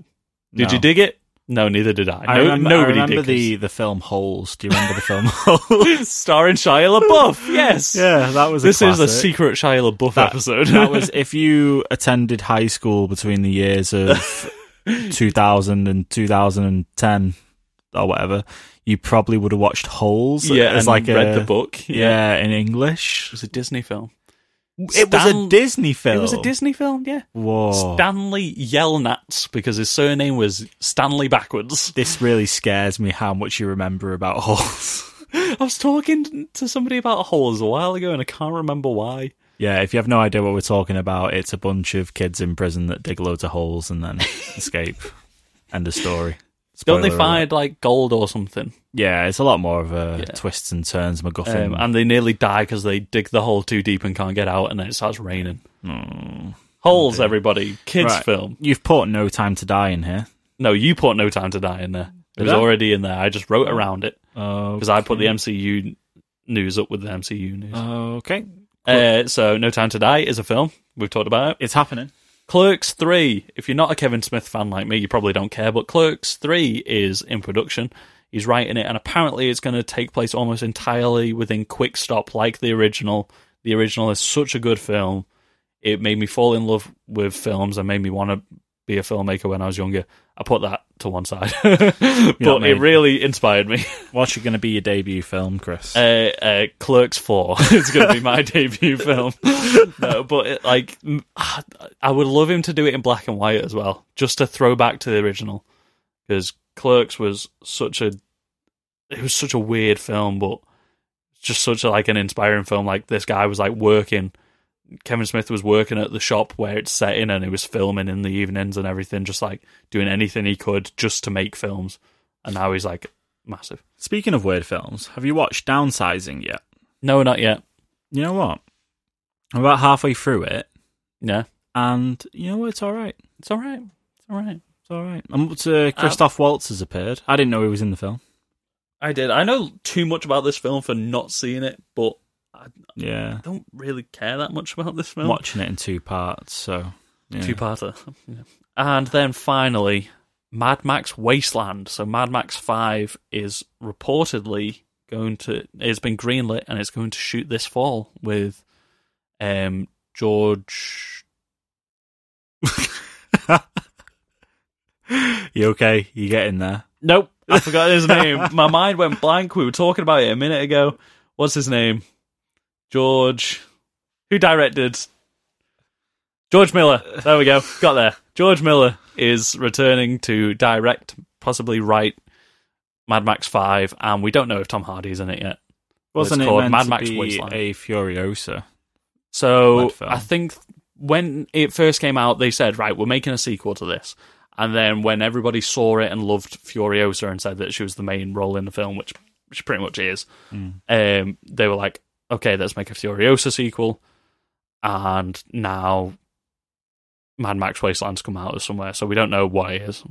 [SPEAKER 5] Did
[SPEAKER 4] No.
[SPEAKER 5] you dig it? No, neither did I.
[SPEAKER 4] I
[SPEAKER 5] no,
[SPEAKER 4] remember, I
[SPEAKER 5] nobody
[SPEAKER 4] remember
[SPEAKER 5] did.
[SPEAKER 4] the, the film Holes. Do you remember the film Holes?
[SPEAKER 5] 'cause- Starring Shia LaBeouf. Yes.
[SPEAKER 4] yeah, that was. A
[SPEAKER 5] This is a
[SPEAKER 4] classic.
[SPEAKER 5] secret Shia LaBeouf
[SPEAKER 4] That-
[SPEAKER 5] episode.
[SPEAKER 4] that was if you attended high school between the years of 2000 and 2010 or whatever, you probably would have watched Holes.
[SPEAKER 5] yeah,
[SPEAKER 4] as
[SPEAKER 5] and
[SPEAKER 4] like
[SPEAKER 5] read
[SPEAKER 4] a-
[SPEAKER 5] the book.
[SPEAKER 4] Yeah, in
[SPEAKER 5] It
[SPEAKER 4] English.
[SPEAKER 5] was a Disney film.
[SPEAKER 4] it was a
[SPEAKER 5] Stan-
[SPEAKER 4] Disney film.
[SPEAKER 5] It was a Disney film, yeah. Oh.
[SPEAKER 4] Whoa.
[SPEAKER 5] Stanley Yelnats, because his surname was Stanley backwards.
[SPEAKER 4] this really scares me how much you remember about Holes.
[SPEAKER 5] I was talking to somebody about holes a while ago and I can't remember why.
[SPEAKER 4] yeah, if you have no idea what we're talking about, it's a bunch of kids in prison that dig loads of holes and then escape. End of story.
[SPEAKER 5] Don't
[SPEAKER 4] Spoiler
[SPEAKER 5] they
[SPEAKER 4] alert.
[SPEAKER 5] find like gold or something?
[SPEAKER 4] Yeah, it's a lot more of a
[SPEAKER 5] Yeah.
[SPEAKER 4] twists and turns MacGuffin.
[SPEAKER 5] Um, and they nearly die because they dig the hole too deep and can't get out, and then it starts raining. Hmm. Holes, everybody. Kids'
[SPEAKER 4] Right.
[SPEAKER 5] film.
[SPEAKER 4] You've put No Time to Die in here.
[SPEAKER 5] No, you put No Time to Die in there. It
[SPEAKER 4] Did
[SPEAKER 5] was
[SPEAKER 4] I?
[SPEAKER 5] already in there. I just wrote around it
[SPEAKER 4] Oh,
[SPEAKER 5] because I put the MCU news up with the MCU news.
[SPEAKER 4] okay.
[SPEAKER 5] Uh, so, No Time to Die is a film. We've talked about it.
[SPEAKER 4] It's happening.
[SPEAKER 5] Clerks 3. If you're not a Kevin Smith fan like me, you probably don't care, but Clerks 3 is in production. He's writing it, and apparently it's going to take place almost entirely within Quick Stop, like the original. The original is such a good film. It made me fall in love with films and made me want to be a filmmaker when I was younger. I put that to one side,
[SPEAKER 4] not
[SPEAKER 5] but
[SPEAKER 4] me.
[SPEAKER 5] it really inspired me.
[SPEAKER 4] What's going to be your debut film, Chris?
[SPEAKER 5] Uh, uh, Clerks Four is going to be my debut film. No, but it, like, m- ah, I would love him to do it in black and white as well, just to throw back to the original, because Clerks was such a, it was such a weird film, but just such a, like an inspiring film. Like this guy was like working. Kevin Smith was working at the shop where it's set in, and he was filming in the evenings and everything, just like doing anything he could just to make films. And now he's like massive.
[SPEAKER 4] Speaking of weird films, have you watched Downsizing yet?
[SPEAKER 5] No, not yet.
[SPEAKER 4] You know what? I'm about halfway through it,
[SPEAKER 5] Yeah.
[SPEAKER 4] and you know what? It's all right.
[SPEAKER 5] It's all right. It's all right.
[SPEAKER 4] It's all right. Um, it's, uh, Christoph Waltz has appeared. I didn't know he was in the film.
[SPEAKER 5] I did. I know too much about this film for not seeing it, but I
[SPEAKER 4] Yeah,
[SPEAKER 5] don't really care that much about this
[SPEAKER 4] I'm
[SPEAKER 5] film.
[SPEAKER 4] watching it in two parts. So yeah.
[SPEAKER 5] Two parter. And then finally, Mad Max Wasteland. So Mad Max Five is reportedly going to. It's been greenlit and it's going to shoot this fall with, um, George.
[SPEAKER 4] You okay? You get in there.
[SPEAKER 5] Nope, I forgot his name. My mind went blank. We were talking about it a minute ago. What's his name? George. Who directed? George Miller. There we go. Got there. George Miller is returning to direct, possibly write Mad Max 5, and we don't know if Tom Hardy's in it yet.
[SPEAKER 4] Wasn't it
[SPEAKER 5] called
[SPEAKER 4] meant
[SPEAKER 5] Mad
[SPEAKER 4] to
[SPEAKER 5] Max
[SPEAKER 4] be
[SPEAKER 5] Wasteland.
[SPEAKER 4] a Furiosa?
[SPEAKER 5] So
[SPEAKER 4] Mad film.
[SPEAKER 5] I think when it first came out, they said, right, we're making a sequel to this. And then when everybody saw it and loved Furiosa and said that she was the main role in the film, which she pretty much is,
[SPEAKER 4] Mm.
[SPEAKER 5] um, they were like, okay, let's make a Furiosa sequel. And now Mad Max Wasteland's come out of somewhere, so we don't know what it is.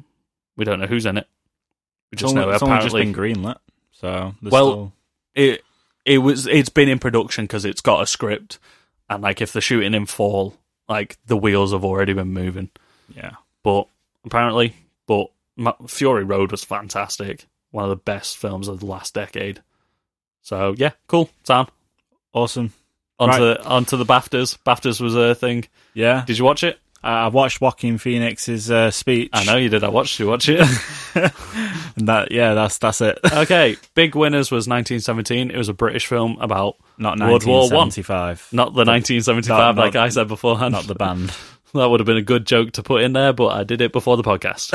[SPEAKER 5] We don't know who's in it. We
[SPEAKER 4] It's
[SPEAKER 5] just
[SPEAKER 4] only,
[SPEAKER 5] know
[SPEAKER 4] it's only just
[SPEAKER 5] apparently
[SPEAKER 4] been greenlit. So there's
[SPEAKER 5] Well,
[SPEAKER 4] still-
[SPEAKER 5] it it was it's been in production because it's got a script, and like if they're shooting in fall, like the wheels have already been moving.
[SPEAKER 4] yeah.
[SPEAKER 5] But apparently, but Ma- Fury Road was fantastic, one of the best films of the last decade. So yeah, cool, Sam.
[SPEAKER 4] Awesome.
[SPEAKER 5] Onto onto the Baftas. Baftas was a thing.
[SPEAKER 4] Yeah.
[SPEAKER 5] Did you watch it?
[SPEAKER 4] I I've watched Joaquin Phoenix's uh, speech.
[SPEAKER 5] I know you did. I watched you watch it.
[SPEAKER 4] And that yeah, that's that's it.
[SPEAKER 5] okay, big winners was 1917. It was a British film about
[SPEAKER 4] Not
[SPEAKER 5] World War One.
[SPEAKER 4] 1975.
[SPEAKER 5] Not the 1975,
[SPEAKER 4] Not- not-
[SPEAKER 5] like I said beforehand.
[SPEAKER 4] Not the band.
[SPEAKER 5] That would have been a good joke to put in there, but I did it before the podcast.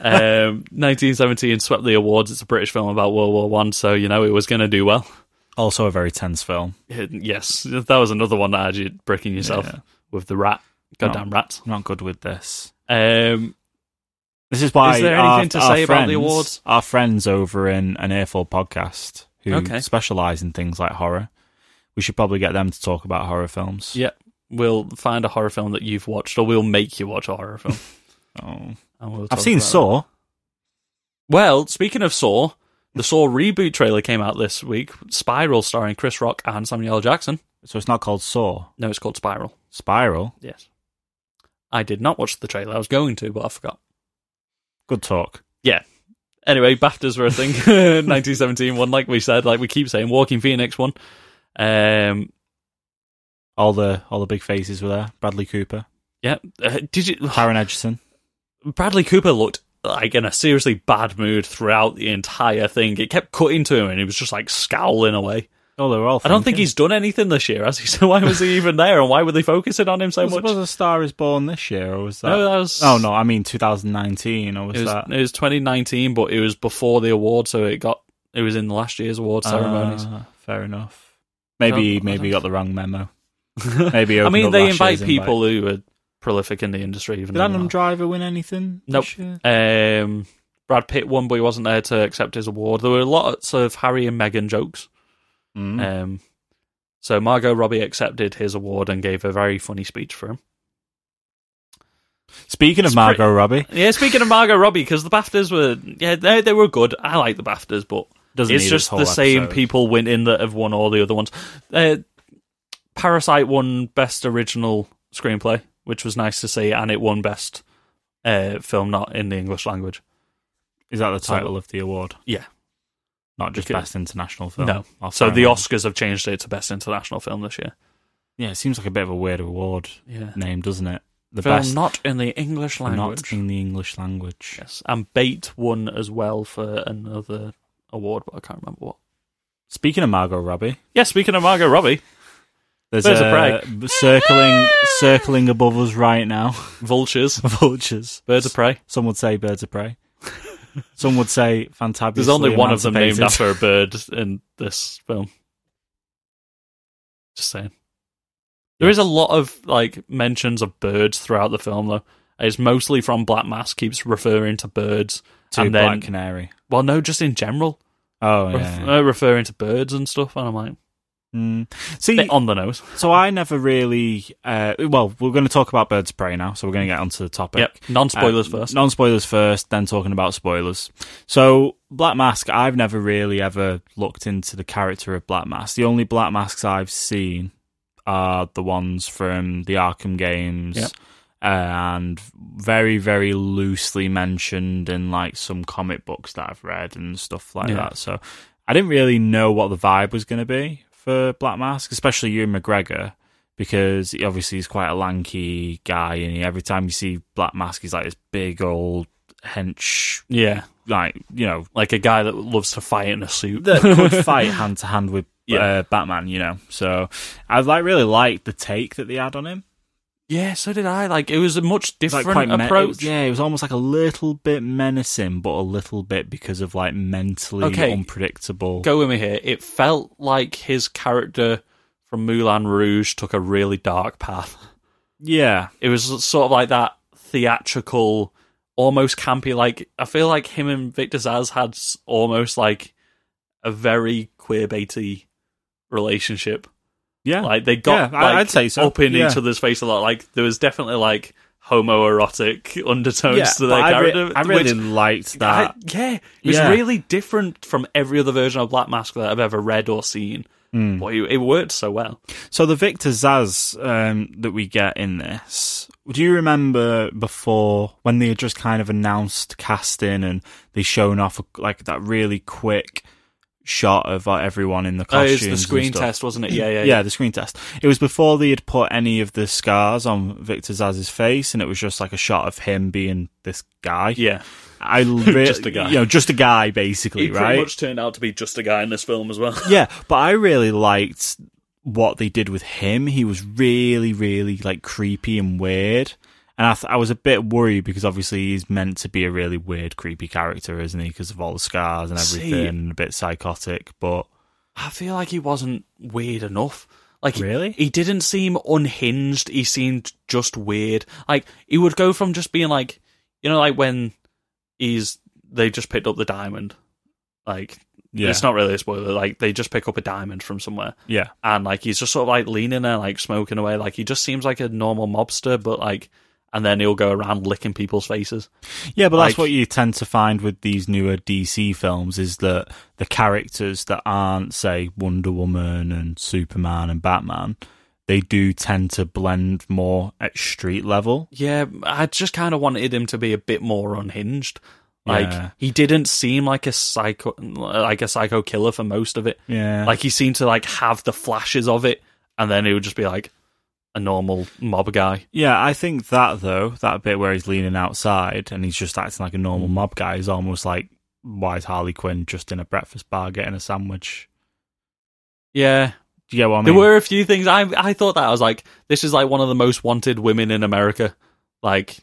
[SPEAKER 5] um, 1917 swept the awards. It's a British film about World War One, so you know it was going to do well.
[SPEAKER 4] Also a very tense film.
[SPEAKER 5] It- yes, that was another one that had you bricking yourself
[SPEAKER 4] Yeah.
[SPEAKER 5] with the rat, goddamn rats.
[SPEAKER 4] I'm not good with this.
[SPEAKER 5] Um,
[SPEAKER 4] This is why
[SPEAKER 5] Is there
[SPEAKER 4] our-
[SPEAKER 5] anything to
[SPEAKER 4] our
[SPEAKER 5] say about the
[SPEAKER 4] friends-
[SPEAKER 5] awards?
[SPEAKER 4] Our friends over in an Earful podcast who
[SPEAKER 5] Okay.
[SPEAKER 4] specialise in things like horror. We should probably get them to talk about horror films.
[SPEAKER 5] yeah, we'll find a horror film that you've watched, or we'll make you watch a horror film.
[SPEAKER 4] Oh.
[SPEAKER 5] and we'll talk
[SPEAKER 4] I've seen
[SPEAKER 5] about that.
[SPEAKER 4] Saw.
[SPEAKER 5] Well, speaking of Saw, the Saw reboot trailer came out this week. Spiral, starring Chris Rock and Samuel L. Jackson.
[SPEAKER 4] So it's not called Saw.
[SPEAKER 5] No, it's called Spiral.
[SPEAKER 4] Spiral.
[SPEAKER 5] Yes. I did not watch the trailer. I was going to, but I forgot.
[SPEAKER 4] Good talk.
[SPEAKER 5] Yeah. Anyway, BAFTAs were a thing. 1917 one, like we said, like we keep saying, Walking Phoenix one. Um,
[SPEAKER 4] All the all the big faces were there. Bradley Cooper,
[SPEAKER 5] yeah. Uh, did you?
[SPEAKER 4] Taron Egerton.
[SPEAKER 5] Bradley Cooper looked like in a seriously bad mood throughout the entire thing. It kept cutting to him, and he was just like scowling away.
[SPEAKER 4] Oh, they were all.
[SPEAKER 5] I don't
[SPEAKER 4] thinking.
[SPEAKER 5] think he's done anything this year, has he? So why was he even there, and why were they focusing on him so
[SPEAKER 4] was,
[SPEAKER 5] much?
[SPEAKER 4] was a Star Is Born this year, or was that?
[SPEAKER 5] No, that was-
[SPEAKER 4] Oh no, I mean 2019, or was,
[SPEAKER 5] it was
[SPEAKER 4] that?
[SPEAKER 5] it was 2019, but it was before the award, so it got it was in the last year's award ceremonies.
[SPEAKER 4] Ah, fair enough. Maybe
[SPEAKER 5] Don't- I
[SPEAKER 4] maybe
[SPEAKER 5] don't-
[SPEAKER 4] you got the wrong memo. Maybe
[SPEAKER 5] I
[SPEAKER 4] opened
[SPEAKER 5] mean,
[SPEAKER 4] up
[SPEAKER 5] they
[SPEAKER 4] last
[SPEAKER 5] invite
[SPEAKER 4] year's
[SPEAKER 5] people who are prolific in the industry. Even
[SPEAKER 4] Did Adam
[SPEAKER 5] though
[SPEAKER 4] Driver win anything?
[SPEAKER 5] Nope.
[SPEAKER 4] this year?
[SPEAKER 5] they're not. um, Brad Pitt won, but he wasn't there to accept his award. There were lots of Harry and Meghan jokes.
[SPEAKER 4] Mm.
[SPEAKER 5] Um, so Margot Robbie accepted his award and gave a very funny speech for him.
[SPEAKER 4] Speaking of
[SPEAKER 5] it's
[SPEAKER 4] Margot
[SPEAKER 5] pretty-
[SPEAKER 4] Robbie,
[SPEAKER 5] Yeah, speaking of Margot Robbie, because the BAFTAs were yeah they they were good. I like the BAFTAs, but
[SPEAKER 4] doesn't
[SPEAKER 5] it's
[SPEAKER 4] need this
[SPEAKER 5] just the
[SPEAKER 4] whole
[SPEAKER 5] same
[SPEAKER 4] episode.
[SPEAKER 5] people winning that have won all the other ones. Uh, Parasite won best original screenplay, which was nice to see, and it won best uh, film not in the English language.
[SPEAKER 4] Is that the title of the award?
[SPEAKER 5] Yeah,
[SPEAKER 4] Not just
[SPEAKER 5] Because-
[SPEAKER 4] best international film.
[SPEAKER 5] no.
[SPEAKER 4] Or
[SPEAKER 5] So
[SPEAKER 4] foreign
[SPEAKER 5] the
[SPEAKER 4] language.
[SPEAKER 5] Oscars have changed it to best international film this year.
[SPEAKER 4] Yeah, it seems like a bit of a weird award
[SPEAKER 5] Yeah,
[SPEAKER 4] name, doesn't it? The
[SPEAKER 5] film
[SPEAKER 4] best
[SPEAKER 5] not in the English
[SPEAKER 4] not
[SPEAKER 5] language.
[SPEAKER 4] in the English language.
[SPEAKER 5] Yes, and Bait won as well for another award, but I can't remember what.
[SPEAKER 4] Speaking of Margot Robbie,
[SPEAKER 5] Yeah, speaking of Margot Robbie,
[SPEAKER 4] there's
[SPEAKER 5] Birds of
[SPEAKER 4] a, b- circling circling above us right now.
[SPEAKER 5] vultures,
[SPEAKER 4] Vultures.
[SPEAKER 5] birds of prey.
[SPEAKER 4] Some would say birds of prey. Some would say fantabulous.
[SPEAKER 5] There's only one of them named after a bird in this film. Just saying. There is a lot of like mentions of birds throughout the film, though. It's mostly from Black Mass keeps referring to birds,
[SPEAKER 4] to
[SPEAKER 5] and then
[SPEAKER 4] Black Canary.
[SPEAKER 5] well, no, just in general,
[SPEAKER 4] Oh
[SPEAKER 5] ref-
[SPEAKER 4] yeah.
[SPEAKER 5] uh, referring to birds and stuff. And I'm like,
[SPEAKER 4] Mm. See,
[SPEAKER 5] bit on the nose.
[SPEAKER 4] so I never really. Uh, well, we're going to talk about birds of prey now, so we're going to get onto the topic.
[SPEAKER 5] Yep, non-spoilers
[SPEAKER 4] Uh,
[SPEAKER 5] first.
[SPEAKER 4] Non-spoilers first, then talking about spoilers. So, Black Mask, I've never really ever looked into the character of Black Mask. The only Black Masks I've seen are the ones from the Arkham games. uh,
[SPEAKER 5] Yep.
[SPEAKER 4] And very, very loosely mentioned in like some comic books that I've read and stuff like
[SPEAKER 5] Yeah.
[SPEAKER 4] that. So I didn't really know what the vibe was going to be for Black Mask, especially Ewan McGregor because he obviously he's quite a lanky guy, and he, every time you see Black Mask, he's like this big old hench,
[SPEAKER 5] Yeah,
[SPEAKER 4] like you know,
[SPEAKER 5] like a guy that loves to fight in a suit.
[SPEAKER 4] that could fight hand to hand with uh,
[SPEAKER 5] Yeah.
[SPEAKER 4] Batman, you know. So I like really liked the take that they had on him.
[SPEAKER 5] yeah, so did I. Like it was a much
[SPEAKER 4] It's like quite
[SPEAKER 5] different
[SPEAKER 4] me- it
[SPEAKER 5] approach.
[SPEAKER 4] was- yeah, it was almost like a little bit menacing, but a little bit because of like mentally
[SPEAKER 5] Okay.
[SPEAKER 4] unpredictable.
[SPEAKER 5] go with me here. It felt like his character from Moulin Rouge took a really dark path.
[SPEAKER 4] Yeah,
[SPEAKER 5] It was sort of like that theatrical, almost campy. Like I feel like him and Victor Zaz had s- almost like a very queer baity relationship.
[SPEAKER 4] yeah,
[SPEAKER 5] Like they got
[SPEAKER 4] Yeah, I-
[SPEAKER 5] like,
[SPEAKER 4] I'd say so.
[SPEAKER 5] up in
[SPEAKER 4] Yeah.
[SPEAKER 5] each other's face a lot. Like there was definitely like homoerotic undertones
[SPEAKER 4] but
[SPEAKER 5] to their
[SPEAKER 4] I, re-
[SPEAKER 5] character.
[SPEAKER 4] I really
[SPEAKER 5] which-
[SPEAKER 4] liked that.
[SPEAKER 5] I- yeah, it was
[SPEAKER 4] Yeah.
[SPEAKER 5] really different from every other version of Black Mask that I've ever read or seen.
[SPEAKER 4] Mm.
[SPEAKER 5] But it, it worked so well.
[SPEAKER 4] So the Victor Zaz um, that we get in this, do you remember before when they had just kind of announced casting and they shown off like that really quick shot of uh, everyone in the
[SPEAKER 5] Oh, it
[SPEAKER 4] costumes?
[SPEAKER 5] was the
[SPEAKER 4] and
[SPEAKER 5] screen
[SPEAKER 4] stuff?
[SPEAKER 5] test, wasn't it? Yeah, yeah,
[SPEAKER 4] Yeah,
[SPEAKER 5] yeah.
[SPEAKER 4] the screen test. It was before they had put any of the scars on Victor Zaz's face, and it was just like a shot of him being this guy.
[SPEAKER 5] Yeah.
[SPEAKER 4] I re-
[SPEAKER 5] Just a guy.
[SPEAKER 4] you know, just a guy basically,
[SPEAKER 5] He pretty
[SPEAKER 4] right?
[SPEAKER 5] much turned out to be just a guy in this film as well.
[SPEAKER 4] yeah, but I really liked what they did with him. He was really, really like creepy and weird. And I, th- I was a bit worried because obviously he's meant to be a really weird, creepy character, isn't he? Because of all the scars and
[SPEAKER 5] See-
[SPEAKER 4] everything, and a bit psychotic. But
[SPEAKER 5] I feel like he wasn't weird enough. Like he-
[SPEAKER 4] Really?
[SPEAKER 5] he, didn't seem unhinged. He seemed just weird. Like he would go from just being like, you know, like when he's they just picked up the diamond. Like
[SPEAKER 4] yeah,
[SPEAKER 5] it's not really a spoiler. Like they just pick up a diamond from somewhere.
[SPEAKER 4] yeah,
[SPEAKER 5] and like he's just sort of like leaning there, like smoking away. Like he just seems like a normal mobster, but like, and then he'll go around licking people's faces.
[SPEAKER 4] yeah. But that's
[SPEAKER 5] Like-
[SPEAKER 4] what you tend to find with these newer DC films is that the characters that aren't, say, Wonder Woman and Superman and Batman, they do tend to blend more at street level.
[SPEAKER 5] Yeah, I just kind of wanted him to be a bit more unhinged. Like
[SPEAKER 4] Yeah.
[SPEAKER 5] he didn't seem like a psycho, like a psycho killer for most of it.
[SPEAKER 4] Yeah.
[SPEAKER 5] Like he seemed to like have the flashes of it, and then he would just be like a normal mob guy.
[SPEAKER 4] Yeah, I think that though, that bit where he's leaning outside and he's just acting like a normal
[SPEAKER 5] Mm.
[SPEAKER 4] mob guy is almost like why is Harley Quinn just in a breakfast bar getting a sandwich?
[SPEAKER 5] Yeah,
[SPEAKER 4] Do you get what I mean?
[SPEAKER 5] there were a few things I I thought that I was like, this is like one of the most wanted women in America, like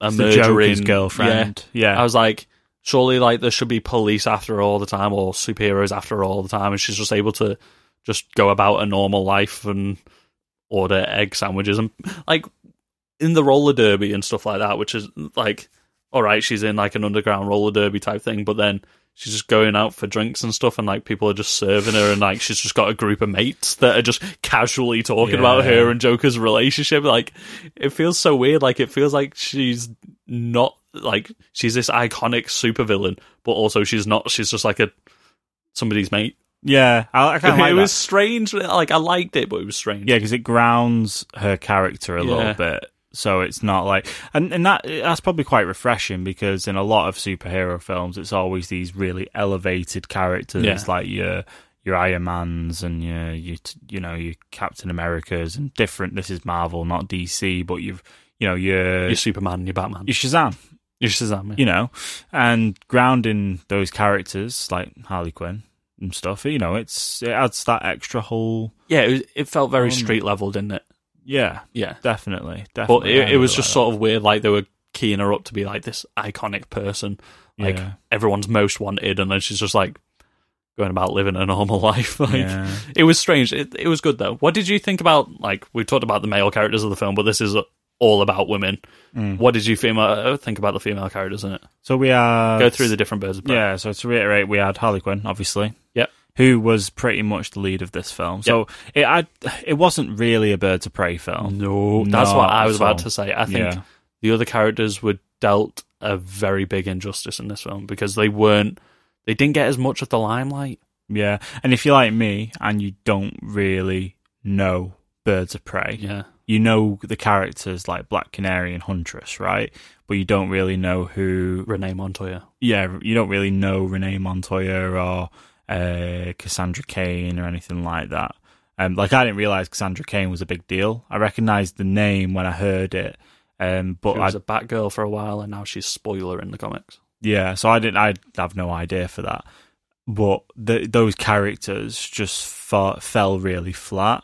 [SPEAKER 5] a
[SPEAKER 4] It's the
[SPEAKER 5] murdering
[SPEAKER 4] Joker's
[SPEAKER 5] Yeah.
[SPEAKER 4] girlfriend. Yeah.
[SPEAKER 5] I was like, surely like there should be police after her all the time or superheroes after her all the time, and she's just able to just go about a normal life and order egg sandwiches and like in the roller derby and stuff like that, which is like all right, she's in like an underground roller derby type thing, but then she's just going out for drinks and stuff, and like people are just serving her, and like she's just got a group of mates that are just casually talking
[SPEAKER 4] Yeah.
[SPEAKER 5] about her and Joker's relationship. Like it feels so weird. Like it feels like she's not like she's this iconic supervillain, but also she's not. She's just like a somebody's mate.
[SPEAKER 4] yeah. I, I kind of
[SPEAKER 5] it
[SPEAKER 4] like
[SPEAKER 5] was
[SPEAKER 4] that.
[SPEAKER 5] strange. Like I liked it, but it was strange.
[SPEAKER 4] Yeah, because it grounds her character a
[SPEAKER 5] Yeah.
[SPEAKER 4] little bit. So it's not like, and and that that's probably quite refreshing because in a lot of superhero films, it's always these really elevated characters
[SPEAKER 5] Yeah.
[SPEAKER 4] like your your Iron Man's and your you you know your Captain Americas and different. This is Marvel, not DC, but you've you know your
[SPEAKER 5] You're Superman, you're Batman,
[SPEAKER 4] your Shazam,
[SPEAKER 5] you're Shazam.
[SPEAKER 4] you know, and grounding those characters like Harley Quinn and stuff. You know, it's it adds that extra whole
[SPEAKER 5] Yeah, it, was, it felt very
[SPEAKER 4] Um,
[SPEAKER 5] street level, didn't it?
[SPEAKER 4] yeah,
[SPEAKER 5] Yeah.
[SPEAKER 4] definitely,
[SPEAKER 5] But
[SPEAKER 4] definitely. I
[SPEAKER 5] it, it
[SPEAKER 4] really
[SPEAKER 5] was
[SPEAKER 4] like
[SPEAKER 5] just
[SPEAKER 4] that.
[SPEAKER 5] sort of weird. Like they were keying her up to be like this iconic person, like
[SPEAKER 4] Yeah.
[SPEAKER 5] everyone's most wanted, and then she's just like going about living a normal life. Like
[SPEAKER 4] Yeah.
[SPEAKER 5] it was strange. It, it was good though. What did you think about? Like we talked about the male characters of the film, but this is all about women.
[SPEAKER 4] Mm.
[SPEAKER 5] What did you female think about the female characters in it?
[SPEAKER 4] So we are
[SPEAKER 5] Go through the different birds of prey.
[SPEAKER 4] yeah. So to reiterate, we had Harley Quinn, obviously,
[SPEAKER 5] Yep.
[SPEAKER 4] who was pretty much the lead of this film. So it I, it wasn't really a birds of prey film.
[SPEAKER 5] No, Oh. that's
[SPEAKER 4] No,
[SPEAKER 5] what I was
[SPEAKER 4] at all.
[SPEAKER 5] about to say. I think
[SPEAKER 4] Yeah.
[SPEAKER 5] the other characters were dealt a very big injustice in this film because they weren't, they didn't get as much of the limelight.
[SPEAKER 4] Yeah, and if you're like me and you don't really know birds of prey,
[SPEAKER 5] Yeah,
[SPEAKER 4] you know the characters like Black Canary and Huntress, right? But you don't really know who
[SPEAKER 5] Renee Montoya.
[SPEAKER 4] yeah, you don't really know Renee Montoya or uh, Cassandra Kane or anything like that. Um, like I didn't realize Cassandra Kane was a big deal. I recognized the name when I heard it, um, but
[SPEAKER 5] She
[SPEAKER 4] I,
[SPEAKER 5] was a Batgirl for a while, and now she's spoiler in the comics.
[SPEAKER 4] yeah, so I didn't. I have no idea for that. But the, those characters just fa- fell really flat,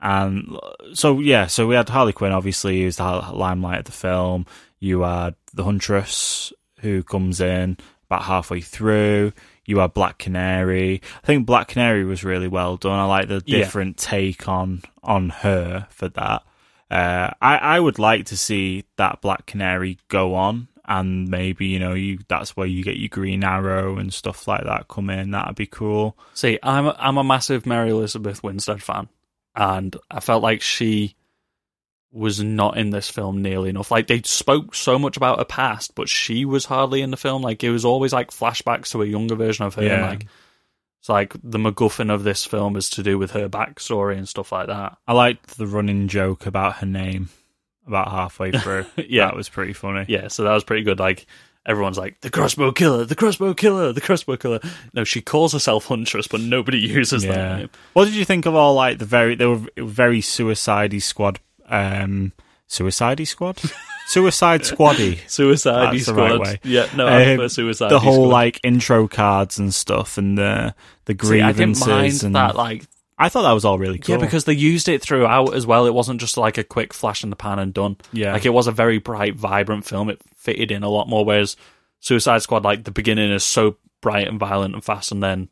[SPEAKER 4] and so yeah, so we had Harley Quinn, obviously, who's the hi- limelight of the film. You had the Huntress, who comes in about halfway through. You had Black Canary. I think Black Canary was really well done. I like the
[SPEAKER 5] Yeah.
[SPEAKER 4] different take on on her for that. Uh, I I would like to see that Black Canary go on, and maybe you know you that's where you get your Green Arrow and stuff like that come in. That'd be cool.
[SPEAKER 5] See, I'm a, I'm a massive Mary Elizabeth Winstead fan, and I felt like she was not in this film nearly enough. Like they spoke so much about her past, but she was hardly in the film. Like it was always like flashbacks to a younger version of her. And,
[SPEAKER 4] Yeah.
[SPEAKER 5] like it's like the MacGuffin of this film is to do with her backstory and stuff like that.
[SPEAKER 4] I liked the running joke about her name about halfway through.
[SPEAKER 5] Yeah.
[SPEAKER 4] that was pretty funny.
[SPEAKER 5] Yeah, so that was pretty good. Like everyone's like the crossbow killer, the crossbow killer, the crossbow killer. No, she calls herself Huntress, but nobody uses that name.
[SPEAKER 4] What did you think of all like the very they were very suicide squad um suicide squad? suicide squaddy.
[SPEAKER 5] Suicide
[SPEAKER 4] That's the
[SPEAKER 5] Squad.
[SPEAKER 4] right way.
[SPEAKER 5] Yeah, no, I
[SPEAKER 4] Um,
[SPEAKER 5] prefer Suicide
[SPEAKER 4] the whole
[SPEAKER 5] Squad.
[SPEAKER 4] like intro cards and stuff and the the
[SPEAKER 5] See, I didn't
[SPEAKER 4] grievances
[SPEAKER 5] mind
[SPEAKER 4] and
[SPEAKER 5] that. Like,
[SPEAKER 4] I thought that was all really cool.
[SPEAKER 5] yeah, because they used it throughout as well. It wasn't just like a quick flash in the pan and done.
[SPEAKER 4] Yeah.
[SPEAKER 5] like it was a very bright, vibrant film. It fitted in a lot more. Whereas Suicide Squad, like the beginning is so bright and violent and fast, and then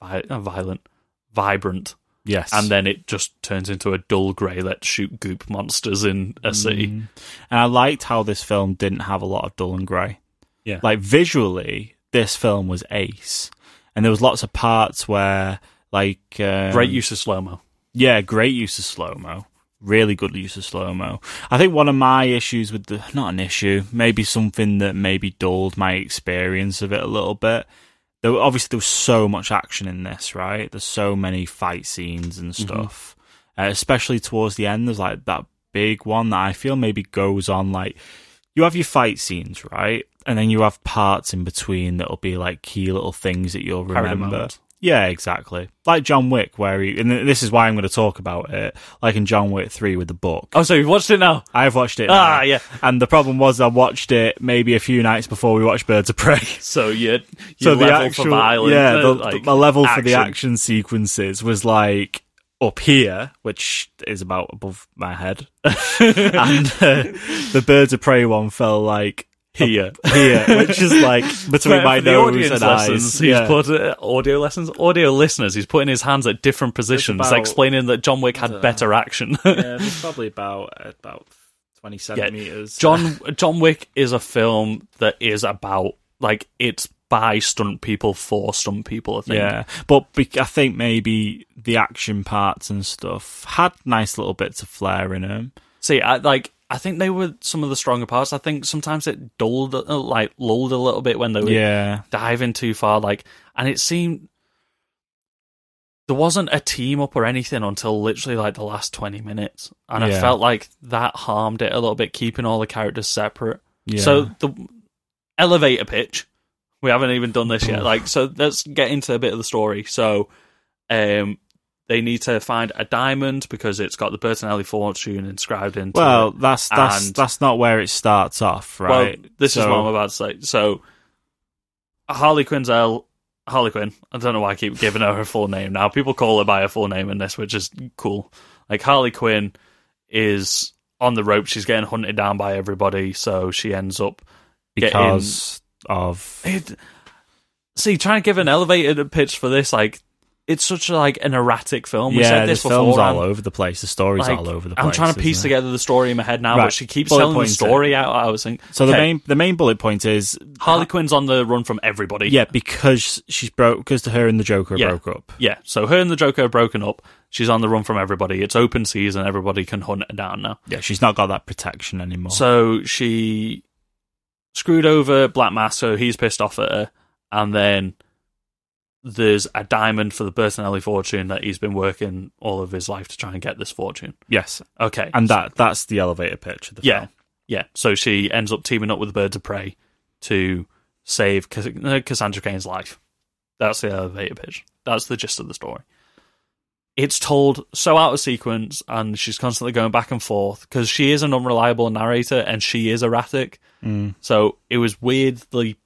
[SPEAKER 5] vi- uh, violent, vibrant,
[SPEAKER 4] yes.
[SPEAKER 5] and then it just turns into a dull grey. Let's shoot goop monsters in a city.
[SPEAKER 4] Mm. And I liked how this film didn't have a lot of dull and grey.
[SPEAKER 5] Yeah.
[SPEAKER 4] Like visually, this film was ace. And there was lots of parts where like um,
[SPEAKER 5] Great use of slow mo.
[SPEAKER 4] Yeah, great use of slow mo. Really good use of slow mo. I think one of my issues with the not an issue, maybe something that maybe dulled my experience of it a little bit. There were, obviously there was so much action in this, right? There's so many fight scenes and stuff. uh, especially towards the end. There's like that big one that I feel maybe goes on like you have your fight scenes, right? And then you have parts in between that'll be like key little things that you'll
[SPEAKER 5] Paradigm
[SPEAKER 4] remember.
[SPEAKER 5] moments.
[SPEAKER 4] Yeah, exactly. Like John Wick, where he, and this is why I'm going to talk about it, like in John Wick 3 with the book.
[SPEAKER 5] Oh, so you've watched it now?
[SPEAKER 4] I've watched it.
[SPEAKER 5] Ah,
[SPEAKER 4] now.
[SPEAKER 5] yeah.
[SPEAKER 4] And the problem was, I watched it maybe a few nights before we watched Birds of Prey.
[SPEAKER 5] So you, you
[SPEAKER 4] so the
[SPEAKER 5] level
[SPEAKER 4] actual,
[SPEAKER 5] for violence.
[SPEAKER 4] yeah,
[SPEAKER 5] uh,
[SPEAKER 4] the,
[SPEAKER 5] like,
[SPEAKER 4] the level for the
[SPEAKER 5] action.
[SPEAKER 4] action sequences was like up here, which is about above my head, and uh, the Birds of Prey one fell like
[SPEAKER 5] Here.
[SPEAKER 4] here, which is like between
[SPEAKER 5] For
[SPEAKER 4] my
[SPEAKER 5] the
[SPEAKER 4] nose
[SPEAKER 5] audience
[SPEAKER 4] and
[SPEAKER 5] lessons,
[SPEAKER 4] eyes.
[SPEAKER 5] he's
[SPEAKER 4] Yeah.
[SPEAKER 5] put uh, audio lessons, audio listeners. He's putting his hands at different positions,
[SPEAKER 4] about-
[SPEAKER 5] explaining that John Wick had better action.
[SPEAKER 4] yeah, it's probably about about twenty centimeters.
[SPEAKER 5] John John Wick is a film that is about like it's by stunt people for stunt people. I think.
[SPEAKER 4] Yeah, but be- I think maybe the action parts and stuff had nice little bits of flair in them.
[SPEAKER 5] See, I like. I think they were some of the stronger parts. I think sometimes it dulled, uh, like lulled a little bit when they were
[SPEAKER 4] Yeah,
[SPEAKER 5] diving too far. Like, and it seemed there wasn't a team up or anything until literally like the last twenty minutes, and I
[SPEAKER 4] Yeah.
[SPEAKER 5] felt like that harmed it a little bit, keeping all the characters separate.
[SPEAKER 4] yeah.
[SPEAKER 5] So the elevator pitch, we haven't even done this yet. Like, so let's get into a bit of the story. So, um, they need to find a diamond because it's got the Bertinelli fortune inscribed into
[SPEAKER 4] well,
[SPEAKER 5] it.
[SPEAKER 4] that's that's
[SPEAKER 5] and-
[SPEAKER 4] that's not where it starts off, right?
[SPEAKER 5] Well, this is
[SPEAKER 4] So-
[SPEAKER 5] what I'm about to say. So, Harley Quinn's L. Harley Quinn. I don't know why I keep giving her her full name now. People call her by her full name in this, which is cool. Like Harley Quinn is on the rope. She's getting hunted down by everybody, so she ends up getting-
[SPEAKER 4] because of
[SPEAKER 5] it see trying to give an elevated pitch for this like it's such a, like an erratic film we
[SPEAKER 4] yeah,
[SPEAKER 5] said
[SPEAKER 4] the
[SPEAKER 5] this
[SPEAKER 4] film's
[SPEAKER 5] before
[SPEAKER 4] all over the place. The story's all over the place.
[SPEAKER 5] i'm trying to piece
[SPEAKER 4] isn't it?
[SPEAKER 5] together the story in my head now
[SPEAKER 4] Right,
[SPEAKER 5] but she keeps
[SPEAKER 4] bullet
[SPEAKER 5] telling the
[SPEAKER 4] points then.
[SPEAKER 5] story out i was thinking
[SPEAKER 4] So the
[SPEAKER 5] okay,
[SPEAKER 4] main the main bullet point is
[SPEAKER 5] harley quinn's on the run from everybody
[SPEAKER 4] yeah because she's broke because her and the Joker
[SPEAKER 5] Yeah.
[SPEAKER 4] broke up.
[SPEAKER 5] yeah so her and the joker are broken up she's on the run from everybody it's open season everybody can hunt her down now
[SPEAKER 4] Yeah, she's not got that protection anymore.
[SPEAKER 5] So she screwed over Black Mass, so he's pissed off at her. And then there's a diamond for the Bertinelli fortune that he's been working all of his life to try and get this fortune.
[SPEAKER 4] yes,
[SPEAKER 5] Okay.
[SPEAKER 4] and that that's the elevator pitch of the
[SPEAKER 5] yeah.
[SPEAKER 4] film.
[SPEAKER 5] Yeah. So she ends up teaming up with the Birds of Prey to save Cass- uh, Cassandra Cain's life. That's the elevator pitch. That's the gist of the story. It's told so out of sequence, and she's constantly going back and forth because she is an unreliable narrator and she is erratic.
[SPEAKER 4] Mm.
[SPEAKER 5] So it was weirdly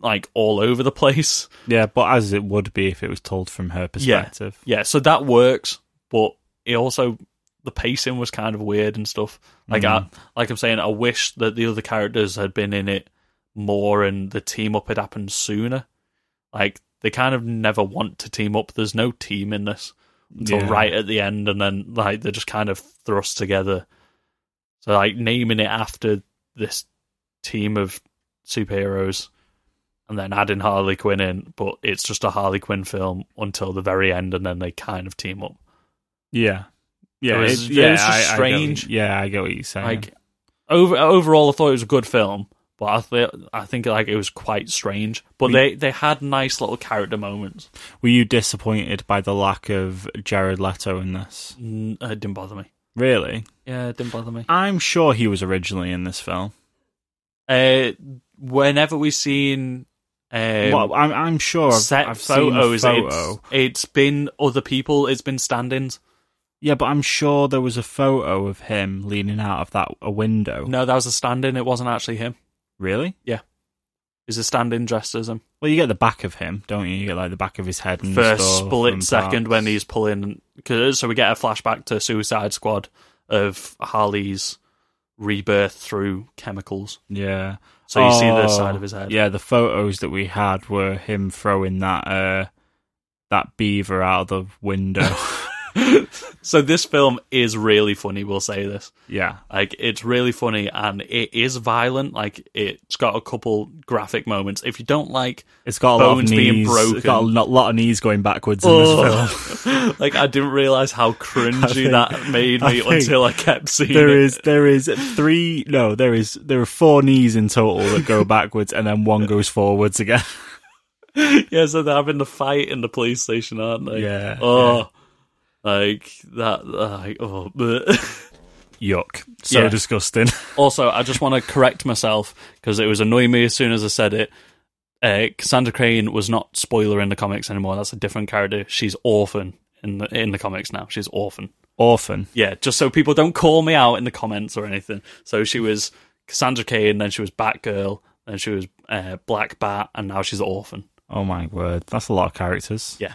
[SPEAKER 5] like all over the place.
[SPEAKER 4] Yeah, but as it would be if it was told from her perspective.
[SPEAKER 5] Yeah, so that works, but it also the pacing was kind of weird and stuff. Like I like I'm saying, I wish that the other characters had been in it more and the team up had happened sooner. Like they kind of never want to team up. There's no team in this until
[SPEAKER 4] Yeah.
[SPEAKER 5] right at the end and then like they're just kind of thrust together. So like naming it after this team of superheroes and then adding Harley Quinn in, but it's just a Harley Quinn film until the very end and then they kind of team up.
[SPEAKER 4] Yeah. Yeah,
[SPEAKER 5] It was-
[SPEAKER 4] it-
[SPEAKER 5] it was
[SPEAKER 4] yeah,
[SPEAKER 5] just
[SPEAKER 4] I- I get what-
[SPEAKER 5] strange.
[SPEAKER 4] yeah, I get what you're saying.
[SPEAKER 5] Like over overall I thought it was a good film, but I th- I think like it was quite strange. But they, they had nice little character moments.
[SPEAKER 4] Were you disappointed by the lack of Jared Leto in this?
[SPEAKER 5] Mm, uh, it didn't bother me.
[SPEAKER 4] Really?
[SPEAKER 5] Yeah, it didn't bother me.
[SPEAKER 4] I'm sure he was originally in this film.
[SPEAKER 5] Uh, whenever we seen um,
[SPEAKER 4] well, I'm, I'm sure I've,
[SPEAKER 5] set
[SPEAKER 4] I've seen a
[SPEAKER 5] photos.
[SPEAKER 4] photo.
[SPEAKER 5] It's, it's been other people. It's been stand-ins.
[SPEAKER 4] Yeah, but I'm sure there was a photo of him leaning out of that a window.
[SPEAKER 5] No, that was a stand-in. It wasn't actually him.
[SPEAKER 4] Really?
[SPEAKER 5] It was a stand-in dressed as him.
[SPEAKER 4] Well, you get the back of him, don't you? You get like the back of his head and
[SPEAKER 5] For a
[SPEAKER 4] stuff
[SPEAKER 5] split
[SPEAKER 4] and
[SPEAKER 5] second
[SPEAKER 4] parts.
[SPEAKER 5] when he's pulling. Cause, so we get a flashback to Suicide Squad of Harley's rebirth through chemicals.
[SPEAKER 4] yeah.
[SPEAKER 5] So you see the
[SPEAKER 4] Oh,
[SPEAKER 5] side of his head.
[SPEAKER 4] Yeah, the photos that we had were him throwing that uh that beaver out of the window.
[SPEAKER 5] So this film is really funny. We'll say this.
[SPEAKER 4] yeah,
[SPEAKER 5] Like it's really funny and it is violent. Like it's got a couple graphic moments. If you don't like
[SPEAKER 4] it's got a
[SPEAKER 5] Bones
[SPEAKER 4] lot of
[SPEAKER 5] being
[SPEAKER 4] knees. It's got a
[SPEAKER 5] broken. Oh.
[SPEAKER 4] lo- lot of knees going backwards in this film.
[SPEAKER 5] Ugh. like I didn't realize how cringy
[SPEAKER 4] think-
[SPEAKER 5] that made
[SPEAKER 4] I
[SPEAKER 5] me
[SPEAKER 4] think
[SPEAKER 5] until I kept seeing
[SPEAKER 4] There
[SPEAKER 5] it.
[SPEAKER 4] is there is three no there is there are four knees in total that go backwards and then one goes forwards again.
[SPEAKER 5] Yeah, so they're having the fight in the police station, aren't they?
[SPEAKER 4] Yeah,
[SPEAKER 5] Oh, Like that. Like, oh, bleh.
[SPEAKER 4] Yuck. So
[SPEAKER 5] Yeah.
[SPEAKER 4] disgusting.
[SPEAKER 5] Also, I just want to correct myself because it was annoying me as soon as I said it. Uh, Cassandra Crane was not spoiler in the comics anymore. That's a different character. She's orphan in the in the comics now. She's orphan.
[SPEAKER 4] Orphan.
[SPEAKER 5] Yeah, just so people don't call me out in the comments or anything. So she was Cassandra Cain, then she was Batgirl, then she was uh, Black Bat, and now she's Orphan.
[SPEAKER 4] Oh my word. That's a lot of characters.
[SPEAKER 5] Yeah.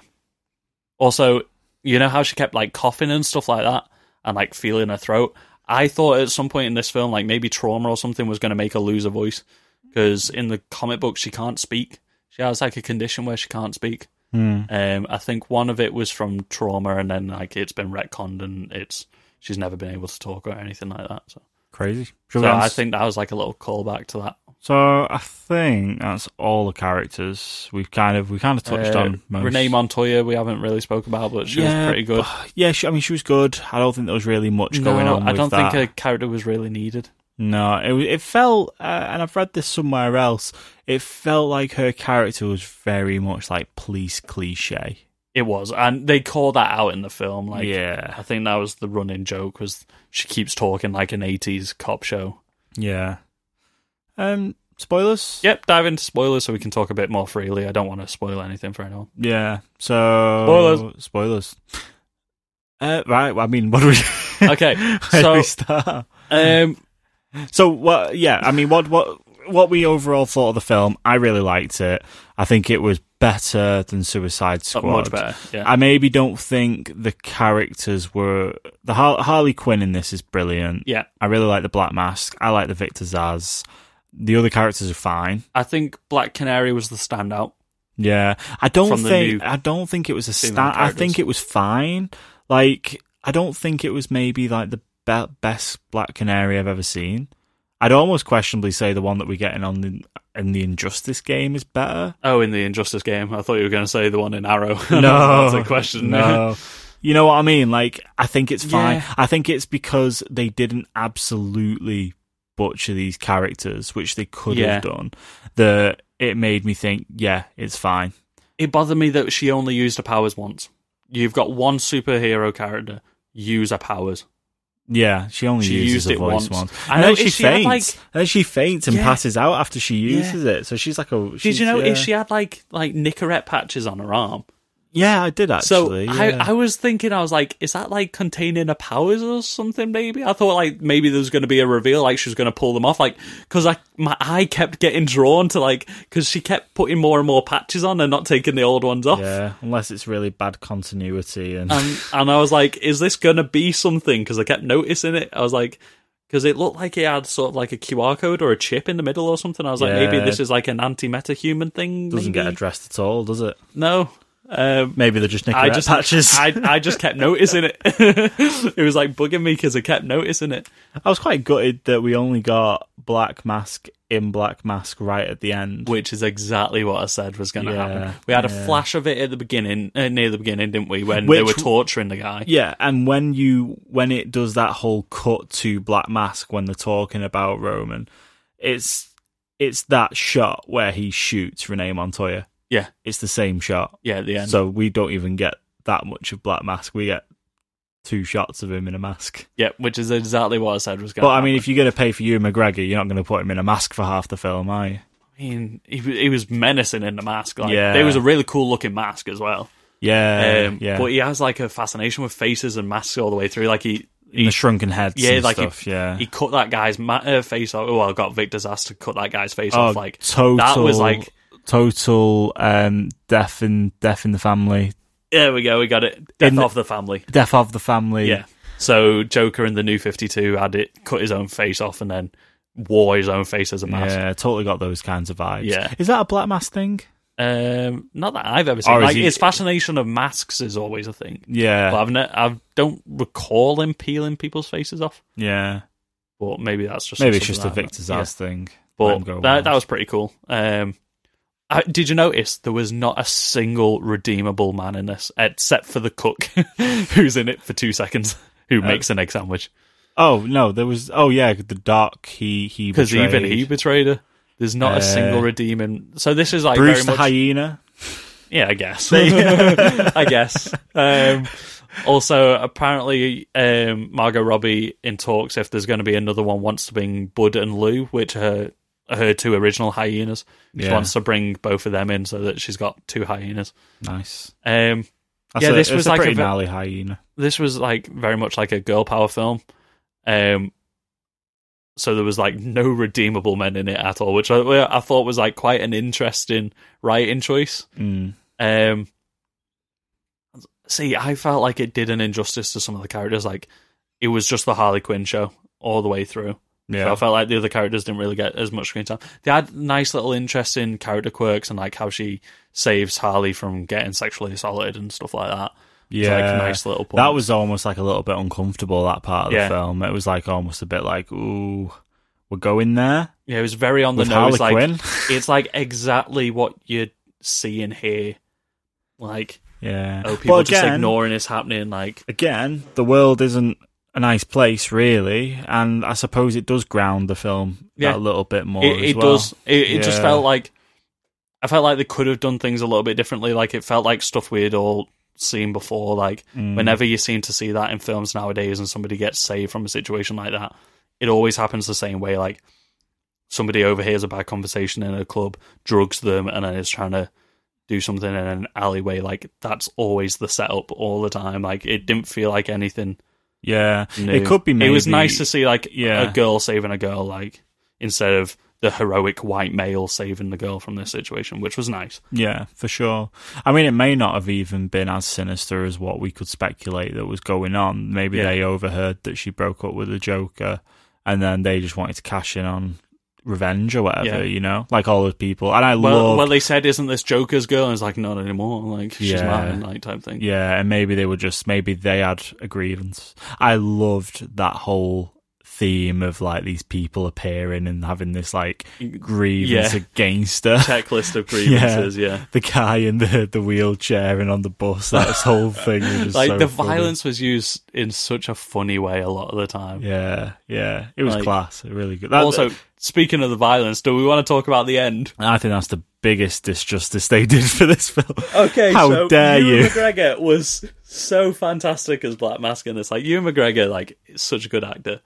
[SPEAKER 5] Also, you know how she kept like coughing and stuff like that, and like feeling her throat. I thought at some point in this film, like maybe trauma or something was going to make her lose her voice, because in the comic book she can't speak. She has like a condition where she can't speak. Um, I think one of it was from trauma, and then like it's been retconned, and it's she's never been able to talk or anything like that. So.
[SPEAKER 4] Crazy. Shall we
[SPEAKER 5] So
[SPEAKER 4] ans-
[SPEAKER 5] I think that was like a little callback to that.
[SPEAKER 4] So I think that's all the characters we've kind of we kind of touched
[SPEAKER 5] Uh,
[SPEAKER 4] on most.
[SPEAKER 5] Renee Montoya, we haven't really spoke about, but she was pretty good.
[SPEAKER 4] but- Yeah, she, I mean, she was good. I don't think there was really much going
[SPEAKER 5] No,
[SPEAKER 4] on.
[SPEAKER 5] I
[SPEAKER 4] with
[SPEAKER 5] don't
[SPEAKER 4] that.
[SPEAKER 5] think her character was really needed.
[SPEAKER 4] No, it was- it felt, uh, and I've read this somewhere else. It felt like her character was very much like police cliche.
[SPEAKER 5] It was, and they call that out in the film. Like,
[SPEAKER 4] Yeah.
[SPEAKER 5] I think that was the running joke was she keeps talking like an '80s cop show.
[SPEAKER 4] Yeah. Um. Spoilers.
[SPEAKER 5] Yep, dive into spoilers so we can talk a bit more freely. I don't want to spoil anything for anyone.
[SPEAKER 4] Yeah. So
[SPEAKER 5] Spoilers.
[SPEAKER 4] Spoilers. Uh, right. I mean, what do we?
[SPEAKER 5] Okay,
[SPEAKER 4] Where do
[SPEAKER 5] so-
[SPEAKER 4] we start?
[SPEAKER 5] Um,
[SPEAKER 4] So what? Yeah, I mean, what what what we overall thought of the film? I really liked it. I think it was better than Suicide Squad.
[SPEAKER 5] Oh, much better. Yeah,
[SPEAKER 4] I maybe don't think the characters were the Har- Harley Quinn in this is brilliant.
[SPEAKER 5] yeah.
[SPEAKER 4] I really like the Black Mask. I like the Victor Zaz. The other characters are fine.
[SPEAKER 5] I think Black Canary was the standout.
[SPEAKER 4] Yeah, I don't
[SPEAKER 5] From the
[SPEAKER 4] think
[SPEAKER 5] new
[SPEAKER 4] I don't think it was a
[SPEAKER 5] female
[SPEAKER 4] stat. I
[SPEAKER 5] characters.
[SPEAKER 4] think it was fine. Like I don't think it was maybe like the be- best Black Canary I've ever seen. I'd almost questionably say the one that we're getting on the in the Injustice game is better.
[SPEAKER 5] Oh, in the Injustice game, I thought you were going to say the one in Arrow.
[SPEAKER 4] No,
[SPEAKER 5] that's a question.
[SPEAKER 4] No. You know what I mean? Like, I think it's fine.
[SPEAKER 5] Yeah.
[SPEAKER 4] I think it's because they didn't absolutely butcher these characters, which they could
[SPEAKER 5] Yeah.
[SPEAKER 4] have done. That it made me think, yeah, it's fine.
[SPEAKER 5] it bothered me that she only used her powers once. You've got one superhero character use her powers.
[SPEAKER 4] Yeah, she only
[SPEAKER 5] She
[SPEAKER 4] uses
[SPEAKER 5] used
[SPEAKER 4] her
[SPEAKER 5] it
[SPEAKER 4] voice
[SPEAKER 5] once.
[SPEAKER 4] once.
[SPEAKER 5] I
[SPEAKER 4] And then
[SPEAKER 5] know,
[SPEAKER 4] she
[SPEAKER 5] if she had,
[SPEAKER 4] faints.
[SPEAKER 5] like-
[SPEAKER 4] and then she faints and
[SPEAKER 5] Yeah.
[SPEAKER 4] passes out after she
[SPEAKER 5] Yeah.
[SPEAKER 4] uses it. So she's like a.
[SPEAKER 5] Did
[SPEAKER 4] she's-
[SPEAKER 5] you know
[SPEAKER 4] yeah.
[SPEAKER 5] if she had like like Nicorette patches on her arm?
[SPEAKER 4] Yeah, I did
[SPEAKER 5] So
[SPEAKER 4] actually.
[SPEAKER 5] I,
[SPEAKER 4] yeah.
[SPEAKER 5] I was thinking, I was like, is that like containing her powers or something? Maybe I thought like maybe there's going to be a reveal, like she was going to pull them off, like because I my eye kept getting drawn to like because she kept putting more and more patches on and not taking the old ones off.
[SPEAKER 4] yeah, unless it's really bad continuity and.
[SPEAKER 5] and and I was like, "Is this gonna be something?" Because I kept noticing it. I was like, because it looked like it had sort of like a QR code or a chip in the middle or something. I was like, maybe
[SPEAKER 4] Yeah.
[SPEAKER 5] this is like an anti-meta human thing.
[SPEAKER 4] doesn't
[SPEAKER 5] maybe?
[SPEAKER 4] get addressed at all, does it?
[SPEAKER 5] No, um,
[SPEAKER 4] Maybe they're just
[SPEAKER 5] I
[SPEAKER 4] Nicorette
[SPEAKER 5] just
[SPEAKER 4] patches.
[SPEAKER 5] I I just kept noticing it. it was like bugging me because I kept noticing it.
[SPEAKER 4] I was quite gutted that we only got Black Mask in Black Mask right at the end.
[SPEAKER 5] which is exactly what I said was going to
[SPEAKER 4] Yeah,
[SPEAKER 5] happen. We had a
[SPEAKER 4] yeah.
[SPEAKER 5] flash of it at the beginning, uh, near the beginning, didn't we? When they
[SPEAKER 4] Which-
[SPEAKER 5] were torturing the guy.
[SPEAKER 4] Yeah, and when you when it does that whole cut to Black Mask when they're talking about Roman, it's it's that shot where he shoots Renee Montoya.
[SPEAKER 5] Yeah.
[SPEAKER 4] It's the same shot.
[SPEAKER 5] Yeah, at the end.
[SPEAKER 4] So we don't even get that much of Black Mask. We get two shots of him in a mask.
[SPEAKER 5] yeah, which is exactly what I said was going.
[SPEAKER 4] But
[SPEAKER 5] to
[SPEAKER 4] I
[SPEAKER 5] happen.
[SPEAKER 4] mean, if you're going to pay for you McGregor, you're not going to put him in a mask for half the film, are you?
[SPEAKER 5] I mean, he, w- he was menacing in the mask. Like,
[SPEAKER 4] Yeah.
[SPEAKER 5] it was a really cool looking mask as well.
[SPEAKER 4] Yeah,
[SPEAKER 5] Um,
[SPEAKER 4] yeah.
[SPEAKER 5] But he has like a fascination with faces and masks all the way through. Like he,
[SPEAKER 4] the
[SPEAKER 5] he,
[SPEAKER 4] shrunken heads.
[SPEAKER 5] yeah,
[SPEAKER 4] and
[SPEAKER 5] like
[SPEAKER 4] stuff.
[SPEAKER 5] he,
[SPEAKER 4] yeah.
[SPEAKER 5] he cut that guy's ma- uh, face off. Oh, I got Victor Zass to cut that guy's face off. Like
[SPEAKER 4] Oh, total,
[SPEAKER 5] that was like,
[SPEAKER 4] total um, death in death in the family,
[SPEAKER 5] there we go, we got it. Death
[SPEAKER 4] In-
[SPEAKER 5] of the family.
[SPEAKER 4] death of the family.
[SPEAKER 5] Yeah. So Joker in the New Fifty Two had it cut his own face off and then wore his own face as a mask.
[SPEAKER 4] yeah, totally got those kinds of vibes.
[SPEAKER 5] Yeah.
[SPEAKER 4] is that a black mask thing?
[SPEAKER 5] Um, not that I've ever seen.
[SPEAKER 4] Or is
[SPEAKER 5] Like
[SPEAKER 4] he-
[SPEAKER 5] his fascination of masks is always a thing.
[SPEAKER 4] Yeah,
[SPEAKER 5] But I've ne- I don't recall him peeling people's faces off.
[SPEAKER 4] yeah.
[SPEAKER 5] But maybe that's just
[SPEAKER 4] Maybe it's
[SPEAKER 5] something
[SPEAKER 4] just a
[SPEAKER 5] that-
[SPEAKER 4] Victor's
[SPEAKER 5] yeah.
[SPEAKER 4] ass thing. Let him
[SPEAKER 5] But
[SPEAKER 4] go
[SPEAKER 5] that, that
[SPEAKER 4] wild.
[SPEAKER 5] was pretty cool. Um, I, did you notice there was not a single redeemable man in this except for the cook, who's in it for two seconds, who
[SPEAKER 4] Uh,
[SPEAKER 5] makes an egg sandwich
[SPEAKER 4] Oh no, there was. Oh yeah, the dark. He he
[SPEAKER 5] because even
[SPEAKER 4] betrayed.
[SPEAKER 5] he betrayed her. There's not
[SPEAKER 4] Uh,
[SPEAKER 5] a single redeeming. So this is like
[SPEAKER 4] Bruce
[SPEAKER 5] very
[SPEAKER 4] the
[SPEAKER 5] much.
[SPEAKER 4] hyena.
[SPEAKER 5] yeah, I guess. I guess. Um, Also, apparently, um, Margot Robbie in talks if there's going to be another one wants to bring Bud and Lou, which are her two original hyenas. She
[SPEAKER 4] Yeah.
[SPEAKER 5] wants to bring both of them in so that she's got two hyenas.
[SPEAKER 4] Nice.
[SPEAKER 5] Um,
[SPEAKER 4] That's
[SPEAKER 5] Yeah,
[SPEAKER 4] a,
[SPEAKER 5] this
[SPEAKER 4] it's
[SPEAKER 5] was
[SPEAKER 4] a
[SPEAKER 5] like a
[SPEAKER 4] pretty
[SPEAKER 5] ve-
[SPEAKER 4] gnarly hyena.
[SPEAKER 5] this was like very much like a girl power film. Um, so there was like no redeemable men in it at all, which I, I thought was like quite an interesting writing choice.
[SPEAKER 4] Mm.
[SPEAKER 5] Um, see, I felt like it did an injustice to some of the characters. Like it was just the Harley Quinn show all the way through. So
[SPEAKER 4] Yeah.
[SPEAKER 5] I felt like the other characters didn't really get as much screen time. They had nice little interesting character quirks and like how she saves Harley from getting sexually assaulted and stuff like that. It's,
[SPEAKER 4] Yeah.
[SPEAKER 5] like nice little. Points.
[SPEAKER 4] that was almost like a little bit uncomfortable, that part of
[SPEAKER 5] Yeah.
[SPEAKER 4] the film. It was like almost a bit like, ooh, we're going there
[SPEAKER 5] Yeah, it was very on the
[SPEAKER 4] with
[SPEAKER 5] nose.
[SPEAKER 4] Harley
[SPEAKER 5] Like
[SPEAKER 4] Quinn.
[SPEAKER 5] it's like exactly what you see and hear. Like
[SPEAKER 4] yeah.
[SPEAKER 5] oh, people
[SPEAKER 4] But
[SPEAKER 5] just
[SPEAKER 4] again-
[SPEAKER 5] ignoring it's happening. Like
[SPEAKER 4] again, the world isn't a nice place, really, and I suppose it does ground the film
[SPEAKER 5] Yeah.
[SPEAKER 4] a little bit more.
[SPEAKER 5] it,
[SPEAKER 4] as
[SPEAKER 5] it
[SPEAKER 4] well.
[SPEAKER 5] does. It, it just
[SPEAKER 4] Yeah.
[SPEAKER 5] felt like I felt like they could have done things a little bit differently. Like it felt like stuff we had all seen before. Like
[SPEAKER 4] Mm.
[SPEAKER 5] whenever you seem to see that in films nowadays, and somebody gets saved from a situation like that, it always happens the same way. Like somebody overhears a bad conversation in a club, drugs them, and then is trying to do something in an alleyway. Like that's always the setup all the time. Like it didn't feel like anything.
[SPEAKER 4] Yeah,
[SPEAKER 5] new.
[SPEAKER 4] it could be. Maybe,
[SPEAKER 5] It was nice to see like
[SPEAKER 4] Yeah.
[SPEAKER 5] a girl saving a girl, like instead of the heroic white male saving the girl from this situation, which was nice.
[SPEAKER 4] Yeah, for sure. I mean, it may not have even been as sinister as what we could speculate that was going on. Maybe
[SPEAKER 5] Yeah.
[SPEAKER 4] they overheard that she broke up with the Joker, and then they just wanted to cash in on revenge or whatever.
[SPEAKER 5] Yeah.
[SPEAKER 4] You know, like all those people. And I
[SPEAKER 5] Well,
[SPEAKER 4] love.
[SPEAKER 5] well, they said, "Isn't this Joker's girl?" And it's like, "Not anymore. Like she's
[SPEAKER 4] Yeah.
[SPEAKER 5] mine." Like type thing.
[SPEAKER 4] Yeah, and maybe they were just maybe they had a grievance. I loved that whole theme of like these people appearing and having this like grievance
[SPEAKER 5] Yeah.
[SPEAKER 4] against her.
[SPEAKER 5] Checklist of grievances. yeah.
[SPEAKER 4] The guy in the, the wheelchair and on the bus, that whole thing was just
[SPEAKER 5] Like
[SPEAKER 4] so
[SPEAKER 5] the
[SPEAKER 4] funny.
[SPEAKER 5] violence was used in such a funny way a lot of the time.
[SPEAKER 4] Yeah, yeah. It was
[SPEAKER 5] Like-
[SPEAKER 4] class. Really good. That-
[SPEAKER 5] Also, speaking of the violence, do we want to talk about the end?
[SPEAKER 4] I think that's the biggest disjustice they did for this film.
[SPEAKER 5] Okay,
[SPEAKER 4] How
[SPEAKER 5] so
[SPEAKER 4] dare
[SPEAKER 5] Ewan
[SPEAKER 4] you.
[SPEAKER 5] McGregor was so fantastic as Black Mask, and it's like Ewan McGregor, like is such a good actor,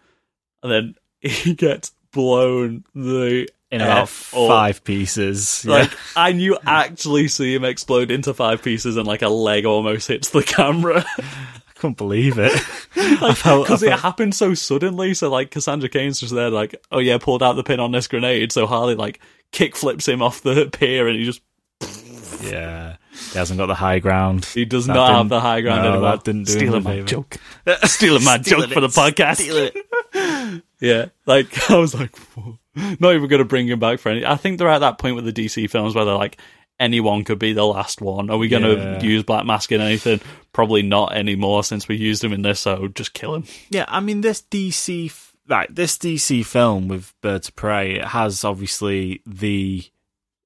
[SPEAKER 5] and then he gets blown the
[SPEAKER 4] In about
[SPEAKER 5] F up.
[SPEAKER 4] five pieces. Yeah.
[SPEAKER 5] Like, and you actually see him explode into five pieces, and like a leg almost hits the camera
[SPEAKER 4] I couldn't believe it. I felt- I
[SPEAKER 5] because it
[SPEAKER 4] felt-
[SPEAKER 5] happened so suddenly. So like Cassandra Cain's just there, like, oh yeah, pulled out the pin on this grenade. So Harley like kick flips him off the pier, and he just
[SPEAKER 4] Yeah, he hasn't got the high ground.
[SPEAKER 5] He does
[SPEAKER 4] That
[SPEAKER 5] not have
[SPEAKER 4] didn't-
[SPEAKER 5] the high ground
[SPEAKER 4] no,
[SPEAKER 5] anymore.
[SPEAKER 4] That didn't do
[SPEAKER 5] Stealing
[SPEAKER 4] him a
[SPEAKER 5] my
[SPEAKER 4] favour.
[SPEAKER 5] joke. Stealing my joke for the podcast. yeah, like I was like, "Whoa." not even going to bring him back for any. I think they're at that point with the DC films where they're like, anyone could be the last one. Are we going to
[SPEAKER 4] Yeah.
[SPEAKER 5] use Black Mask in anything? Probably not anymore since we used him in this. So just kill him.
[SPEAKER 4] Yeah, I mean this DC, f- like this DC film with Birds of Prey, it has obviously the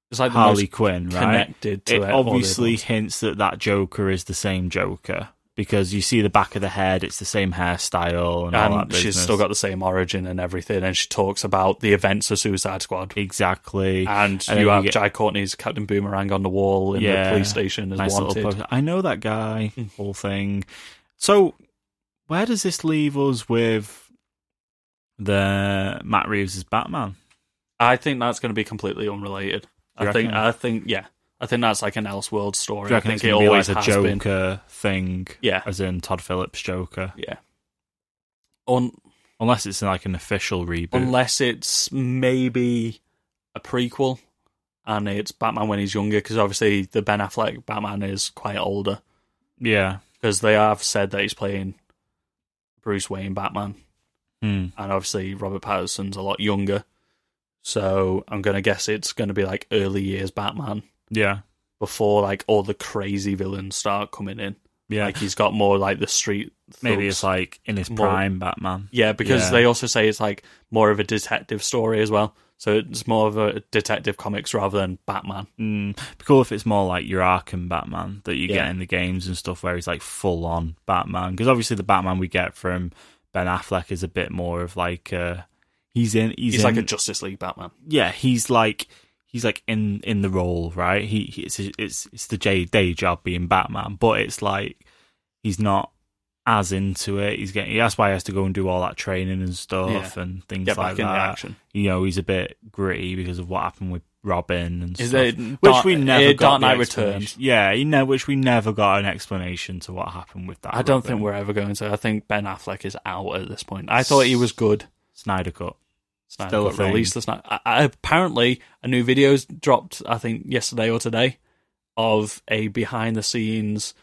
[SPEAKER 5] It's like the
[SPEAKER 4] Harley
[SPEAKER 5] most
[SPEAKER 4] Quinn, right?
[SPEAKER 5] connected to
[SPEAKER 4] It
[SPEAKER 5] it. all the
[SPEAKER 4] obviously
[SPEAKER 5] others.
[SPEAKER 4] hints that that Joker is the same Joker because you see the back of the head; it's the same hairstyle and, all that.
[SPEAKER 5] And she's
[SPEAKER 4] business.
[SPEAKER 5] still got the same origin and everything, and she talks about the events of Suicide Squad.
[SPEAKER 4] exactly.
[SPEAKER 5] And,
[SPEAKER 4] then
[SPEAKER 5] you have
[SPEAKER 4] get-
[SPEAKER 5] Jai Courtney's Captain Boomerang on the wall in
[SPEAKER 4] Yeah.
[SPEAKER 5] the police station as
[SPEAKER 4] nice little
[SPEAKER 5] wanted.
[SPEAKER 4] poster. I know that guy. Whole thing. So, where does this leave us with the Matt Reeves' Batman?
[SPEAKER 5] I think that's going to be completely unrelated.
[SPEAKER 4] You
[SPEAKER 5] I think.
[SPEAKER 4] reckon?
[SPEAKER 5] I think. Yeah. I think that's like an Elseworld
[SPEAKER 4] Do
[SPEAKER 5] story.
[SPEAKER 4] you
[SPEAKER 5] I
[SPEAKER 4] reckon it's
[SPEAKER 5] think it
[SPEAKER 4] going to be
[SPEAKER 5] always
[SPEAKER 4] like a
[SPEAKER 5] has been.
[SPEAKER 4] Joker thing,
[SPEAKER 5] Yeah.
[SPEAKER 4] as in Todd Phillips' Joker?
[SPEAKER 5] Yeah. Un-
[SPEAKER 4] Unless it's like an official reboot.
[SPEAKER 5] unless it's maybe a prequel, and it's Batman when he's younger, because obviously the Ben Affleck Batman is quite older,
[SPEAKER 4] yeah,
[SPEAKER 5] because they have said that he's playing Bruce Wayne Batman,
[SPEAKER 4] Hmm.
[SPEAKER 5] and obviously Robert Patterson's a lot younger. So I'm gonna guess it's gonna be like early years Batman
[SPEAKER 4] yeah,
[SPEAKER 5] before like all the crazy villains start coming in.
[SPEAKER 4] yeah.
[SPEAKER 5] Like he's got more like the street.
[SPEAKER 4] Maybe
[SPEAKER 5] thugs.
[SPEAKER 4] it's like in his
[SPEAKER 5] More-
[SPEAKER 4] prime Batman.
[SPEAKER 5] yeah, because
[SPEAKER 4] Yeah.
[SPEAKER 5] they also say it's like more of a detective story as well. So it's more of a detective comics rather than Batman.
[SPEAKER 4] Mm, be cool if it's more like your Arkham Batman that you
[SPEAKER 5] Yeah.
[SPEAKER 4] get in the games and stuff, where he's like full on Batman. Because obviously the Batman we get from Ben Affleck is a bit more of like uh, he's in he's,
[SPEAKER 5] He's, like a
[SPEAKER 4] in-
[SPEAKER 5] Justice League Batman.
[SPEAKER 4] yeah he's like he's like in in the role right he, he it's it's it's the J day job being Batman, but it's like he's not as into it. He's getting that's why he has to go and do all that training and stuff
[SPEAKER 5] Yeah.
[SPEAKER 4] and things
[SPEAKER 5] Get back
[SPEAKER 4] like
[SPEAKER 5] in the
[SPEAKER 4] that.
[SPEAKER 5] action.
[SPEAKER 4] You know, he's a bit gritty because of what happened with Robin and
[SPEAKER 5] Is
[SPEAKER 4] stuff,
[SPEAKER 5] it
[SPEAKER 4] which we
[SPEAKER 5] Dark-
[SPEAKER 4] never
[SPEAKER 5] uh,
[SPEAKER 4] got.
[SPEAKER 5] Dark
[SPEAKER 4] the
[SPEAKER 5] Knight
[SPEAKER 4] explanation-
[SPEAKER 5] Returns?
[SPEAKER 4] Yeah, you know, which we never got an explanation to what happened with that.
[SPEAKER 5] I don't
[SPEAKER 4] Robin.
[SPEAKER 5] think we're ever going to. I think Ben Affleck is out at this point. I thought he was good.
[SPEAKER 4] Snyder cut.
[SPEAKER 5] Snyder
[SPEAKER 4] Still a
[SPEAKER 5] got
[SPEAKER 4] thing.
[SPEAKER 5] released this night. I, I, apparently, a new video's dropped. I think yesterday or today of a behind the scenes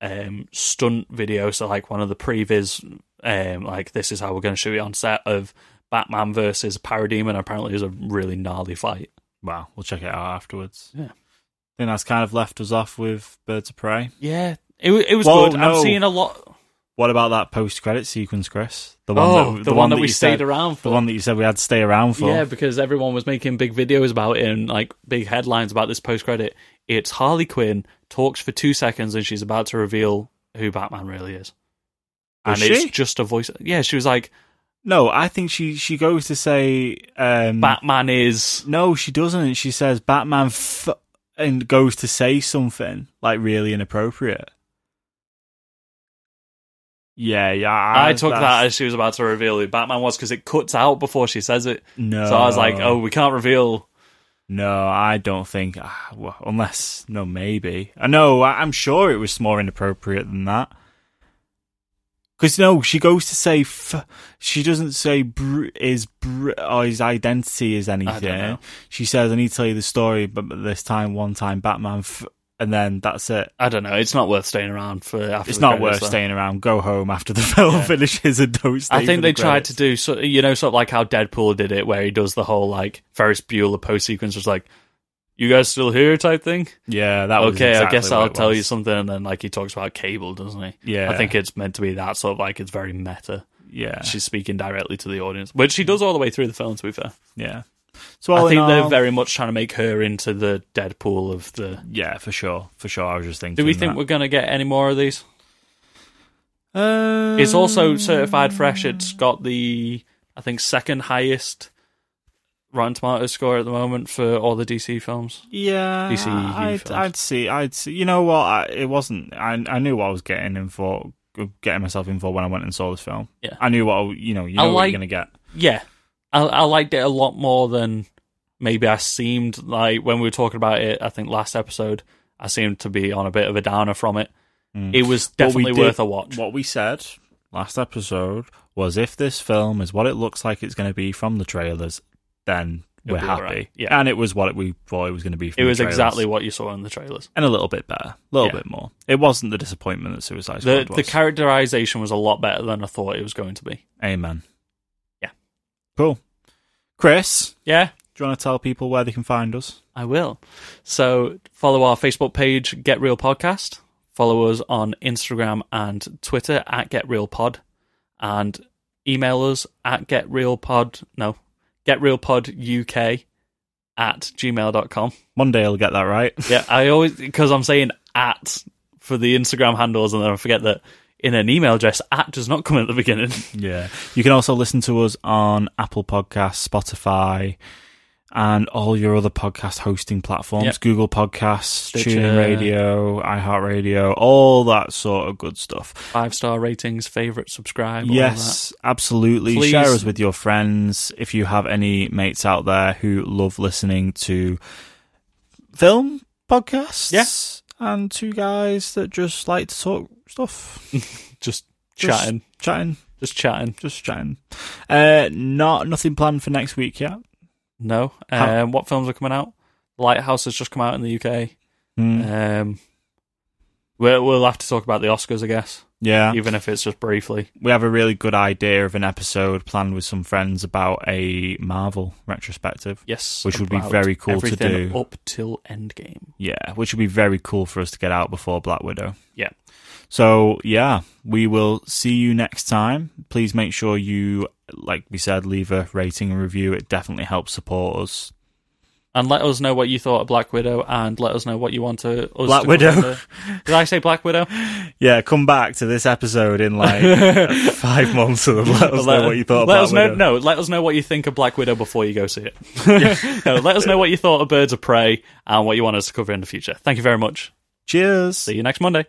[SPEAKER 5] um, stunt video. So like one of the previs, um, like this is how we're going to shoot it on set of Batman versus Parademon. Apparently, it was a really gnarly fight.
[SPEAKER 4] Wow, we'll check it out afterwards.
[SPEAKER 5] Yeah.
[SPEAKER 4] I think that's kind of left us off with Birds of Prey.
[SPEAKER 5] Yeah, it wa- it was
[SPEAKER 4] Well,
[SPEAKER 5] good.
[SPEAKER 4] no.
[SPEAKER 5] I'm seeing a lot.
[SPEAKER 4] What about that post credit sequence, Chris? The
[SPEAKER 5] oh, the, one, that
[SPEAKER 4] you
[SPEAKER 5] we stayed
[SPEAKER 4] said-
[SPEAKER 5] around for.
[SPEAKER 4] The one that you said we had to stay around for.
[SPEAKER 5] Yeah, because everyone was making big videos about it and like big headlines about this post credit. It's Harley Quinn talks for two seconds and she's about to reveal who Batman really is.
[SPEAKER 4] Was
[SPEAKER 5] and
[SPEAKER 4] she?
[SPEAKER 5] it's just a voice. Yeah, she was like,
[SPEAKER 4] No, I think she she goes to say um,
[SPEAKER 5] Batman is.
[SPEAKER 4] No, she doesn't. She says Batman f- and goes to say something like really inappropriate. Yeah, yeah.
[SPEAKER 5] I took
[SPEAKER 4] that's-
[SPEAKER 5] that as she was about to reveal who Batman was because it cuts out before she says it.
[SPEAKER 4] No.
[SPEAKER 5] So I was like, oh, we can't reveal.
[SPEAKER 4] No, I don't think. ah, well, Unless, no, maybe. I know, I- I'm sure it was more inappropriate than that. Because, no, she goes to say, f- she doesn't say br- his, br- or his identity is anything.
[SPEAKER 5] know.
[SPEAKER 4] She says, I need to tell you the story, but but this time, one time, Batman, f- and then that's it.
[SPEAKER 5] I don't know. It's not worth staying around for after
[SPEAKER 4] It's
[SPEAKER 5] the
[SPEAKER 4] not
[SPEAKER 5] credits,
[SPEAKER 4] worth
[SPEAKER 5] though.
[SPEAKER 4] staying around. Go home after the film finishes and don't stay.
[SPEAKER 5] I think
[SPEAKER 4] for
[SPEAKER 5] they
[SPEAKER 4] the
[SPEAKER 5] tried
[SPEAKER 4] credits.
[SPEAKER 5] to do so, you know, sort of like how Deadpool did it, where he does the whole like Ferris Bueller post sequence, was like, "You guys still here?" type thing.
[SPEAKER 4] Yeah, that was
[SPEAKER 5] okay, I
[SPEAKER 4] exactly
[SPEAKER 5] guess
[SPEAKER 4] what
[SPEAKER 5] I'll
[SPEAKER 4] it
[SPEAKER 5] tell you
[SPEAKER 4] was.
[SPEAKER 5] something, and then like he talks about Cable, doesn't he?
[SPEAKER 4] Yeah.
[SPEAKER 5] I think it's meant to be that sort of like it's very meta.
[SPEAKER 4] Yeah,
[SPEAKER 5] She's speaking directly to the audience, which she does all the way through the film. To be fair,
[SPEAKER 4] yeah. So all
[SPEAKER 5] I think
[SPEAKER 4] in
[SPEAKER 5] they're
[SPEAKER 4] all-
[SPEAKER 5] very much trying to make her into the Deadpool of the.
[SPEAKER 4] Yeah, for sure, for sure. I was just thinking.
[SPEAKER 5] Do we think
[SPEAKER 4] that.
[SPEAKER 5] we're gonna get any more of these?
[SPEAKER 4] Uh,
[SPEAKER 5] It's also certified fresh. It's got the I think second highest Rotten Tomatoes score at the moment for all the DC films.
[SPEAKER 4] yeah.
[SPEAKER 5] DC EU
[SPEAKER 4] I'd,
[SPEAKER 5] films.
[SPEAKER 4] I'd see. I'd see. You know what? I, it wasn't. I I knew what I was getting in for, getting myself in for when I went and saw this film.
[SPEAKER 5] Yeah.
[SPEAKER 4] I knew what. I- You know. You
[SPEAKER 5] I
[SPEAKER 4] know what
[SPEAKER 5] like-
[SPEAKER 4] you're gonna get.
[SPEAKER 5] Yeah, I, I liked it a lot more than maybe I seemed like when we were talking about it. I think last episode I seemed to be on a bit of a downer from it. It was
[SPEAKER 4] What Mm. we
[SPEAKER 5] definitely
[SPEAKER 4] did-
[SPEAKER 5] worth a watch.
[SPEAKER 4] What we said last episode was if this film is what it looks like it's going to be from the trailers, then
[SPEAKER 5] It'll
[SPEAKER 4] we're
[SPEAKER 5] be
[SPEAKER 4] happy.
[SPEAKER 5] alright. Yeah.
[SPEAKER 4] And it was what we thought it was going to be from
[SPEAKER 5] It
[SPEAKER 4] the
[SPEAKER 5] was
[SPEAKER 4] trailers.
[SPEAKER 5] exactly what you saw in the trailers.
[SPEAKER 4] And a little bit better. A little
[SPEAKER 5] Yeah.
[SPEAKER 4] bit more. It wasn't the disappointment that Suicide Squad
[SPEAKER 5] The
[SPEAKER 4] was.
[SPEAKER 5] the characterization was a lot better than I thought it was going to be.
[SPEAKER 4] Amen.
[SPEAKER 5] Yeah.
[SPEAKER 4] Cool. Chris,
[SPEAKER 5] Yeah,
[SPEAKER 4] do you want to tell people where they can find us?
[SPEAKER 5] I will. So follow our Facebook page, Get Real Podcast. Follow us on Instagram and Twitter at Get Real Pod. And email us at Get Real Pod. No, Get Real Pod UK at gmail.com.
[SPEAKER 4] One day I'll get that right.
[SPEAKER 5] Yeah, I always, because I'm saying at for the Instagram handles and then I forget that in an email address, at does not come at the beginning.
[SPEAKER 4] Yeah. You can also listen to us on Apple Podcasts, Spotify, and all your other podcast hosting platforms
[SPEAKER 5] Yep.
[SPEAKER 4] Google Podcasts,
[SPEAKER 5] Stitcher.
[SPEAKER 4] TuneIn Radio, iHeartRadio, all that sort of good stuff.
[SPEAKER 5] Five star ratings, favorite, subscribe. all that.
[SPEAKER 4] Yes, absolutely.
[SPEAKER 5] Please.
[SPEAKER 4] Share us with your friends. If you have any mates out there who love listening to film podcasts and two guys that just like to talk stuff.
[SPEAKER 5] Just
[SPEAKER 4] Just
[SPEAKER 5] chatting.
[SPEAKER 4] Chatting.
[SPEAKER 5] Just chatting.
[SPEAKER 4] Just chatting. Uh not nothing planned for next week yet.
[SPEAKER 5] No.
[SPEAKER 4] How-
[SPEAKER 5] Um, what films are coming out? Lighthouse has just come out in the UK.
[SPEAKER 4] Hmm.
[SPEAKER 5] Um, we'll, we'll have to talk about the Oscars, I guess,
[SPEAKER 4] Yeah.
[SPEAKER 5] even if it's just briefly.
[SPEAKER 4] we have a really good idea of an episode planned with some friends about a Marvel retrospective.
[SPEAKER 5] Yes,
[SPEAKER 4] Which would be
[SPEAKER 5] about
[SPEAKER 4] very cool to
[SPEAKER 5] everything
[SPEAKER 4] do.
[SPEAKER 5] Up till Endgame.
[SPEAKER 4] Yeah, which would be very cool for us to get out before Black Widow.
[SPEAKER 5] Yeah.
[SPEAKER 4] So yeah, we will see you next time. Please make sure you, like we said, leave a rating and review. It definitely helps support us.
[SPEAKER 5] And let us know what you thought of Black Widow, and let us know what you want to. Us
[SPEAKER 4] Black
[SPEAKER 5] to
[SPEAKER 4] Widow.
[SPEAKER 5] cover. Did I say Black Widow?
[SPEAKER 4] Yeah, come back to this episode in like five months and let us know what you thought.
[SPEAKER 5] Let
[SPEAKER 4] about
[SPEAKER 5] us know.
[SPEAKER 4] Widow.
[SPEAKER 5] No, let us know what you think of Black Widow before you go see it. no, let us know what you thought of Birds of Prey and what you want us to cover in the future. Thank you very much.
[SPEAKER 4] Cheers.
[SPEAKER 5] See you next Monday.